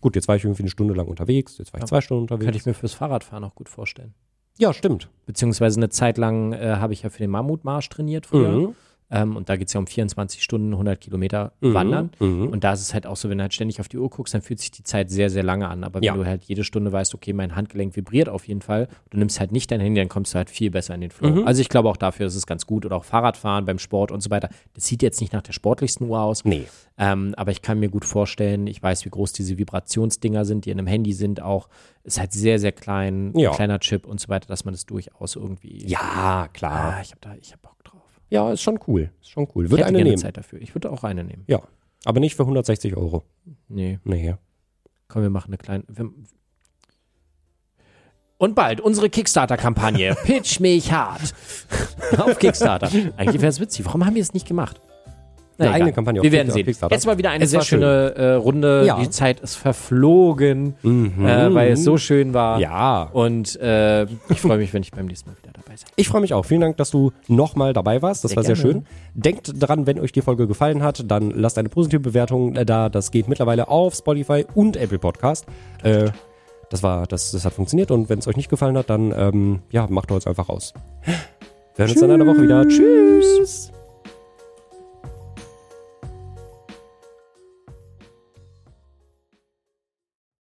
Speaker 2: gut, jetzt war ich irgendwie eine Stunde lang unterwegs, jetzt war ich zwei Stunden
Speaker 3: Könnte
Speaker 2: unterwegs.
Speaker 3: ich mir fürs Fahrradfahren auch gut vorstellen.
Speaker 2: Ja, stimmt.
Speaker 3: Beziehungsweise eine Zeit lang äh, habe ich ja für den Mammutmarsch trainiert früher.
Speaker 2: Mhm.
Speaker 3: Ähm, und da geht es ja um 24 Stunden, 100 Kilometer wandern.
Speaker 2: Mhm.
Speaker 3: Und da ist es halt auch so, wenn du halt ständig auf die Uhr guckst, dann fühlt sich die Zeit sehr, sehr lange an. Aber wenn
Speaker 2: Ja.
Speaker 3: du halt jede Stunde weißt, okay, mein Handgelenk vibriert auf jeden Fall, du nimmst halt nicht dein Handy, dann kommst du halt viel besser in den Flow.
Speaker 2: Mhm.
Speaker 3: Also ich glaube auch dafür ist es ganz gut. Oder auch Fahrradfahren beim Sport und so weiter. Das sieht jetzt nicht nach der sportlichsten Uhr aus.
Speaker 2: Nee.
Speaker 3: Ähm, aber ich kann mir gut vorstellen, ich weiß, wie groß diese Vibrationsdinger sind, die in einem Handy sind auch. Ist halt sehr, sehr klein,
Speaker 2: Ja.
Speaker 3: kleiner Chip und so weiter, dass man das durchaus irgendwie.
Speaker 2: Ja, klar.
Speaker 3: Ah, ich habe da, ich hab Bock drauf.
Speaker 2: Ja, ist schon cool. Ist schon cool.
Speaker 3: Ich
Speaker 2: Würde
Speaker 3: hätte
Speaker 2: eine
Speaker 3: gerne
Speaker 2: nehmen.
Speaker 3: Zeit dafür. Ich würde auch eine nehmen.
Speaker 2: Ja. Aber nicht für 160 Euro.
Speaker 3: Nee,
Speaker 2: Nee.
Speaker 3: komm, wir machen eine kleine. Wir, und bald unsere Kickstarter-Kampagne. Pitch mich hart. auf Kickstarter. Eigentlich wäre es witzig. Warum haben wir es nicht gemacht?
Speaker 2: Eine
Speaker 3: egal.
Speaker 2: eigene Kampagne auf
Speaker 3: Wir
Speaker 2: Kick-
Speaker 3: werden
Speaker 2: auf
Speaker 3: sehen.
Speaker 2: Kickstarter.
Speaker 3: Jetzt mal wieder eine
Speaker 2: Es
Speaker 3: sehr
Speaker 2: war schön.
Speaker 3: schöne äh, Runde.
Speaker 2: Ja. Mhm.
Speaker 3: Die Zeit ist verflogen, äh, weil es so schön war.
Speaker 2: Ja.
Speaker 3: Und äh, ich freue mich, wenn ich beim nächsten Mal wieder dabei sein
Speaker 2: Ich freue mich auch. Vielen Dank, dass du nochmal dabei warst. Das
Speaker 3: Sehr
Speaker 2: war sehr
Speaker 3: gerne.
Speaker 2: schön. Denkt dran, wenn euch die Folge gefallen hat, dann lasst eine positive Bewertung äh, da. Das geht mittlerweile auf Spotify und Apple Podcast. Äh, das war, das, das hat funktioniert. Und wenn es euch nicht gefallen hat, dann ähm, ja, macht uns einfach aus. Wir hören uns dann in einer Woche wieder. Tschüss.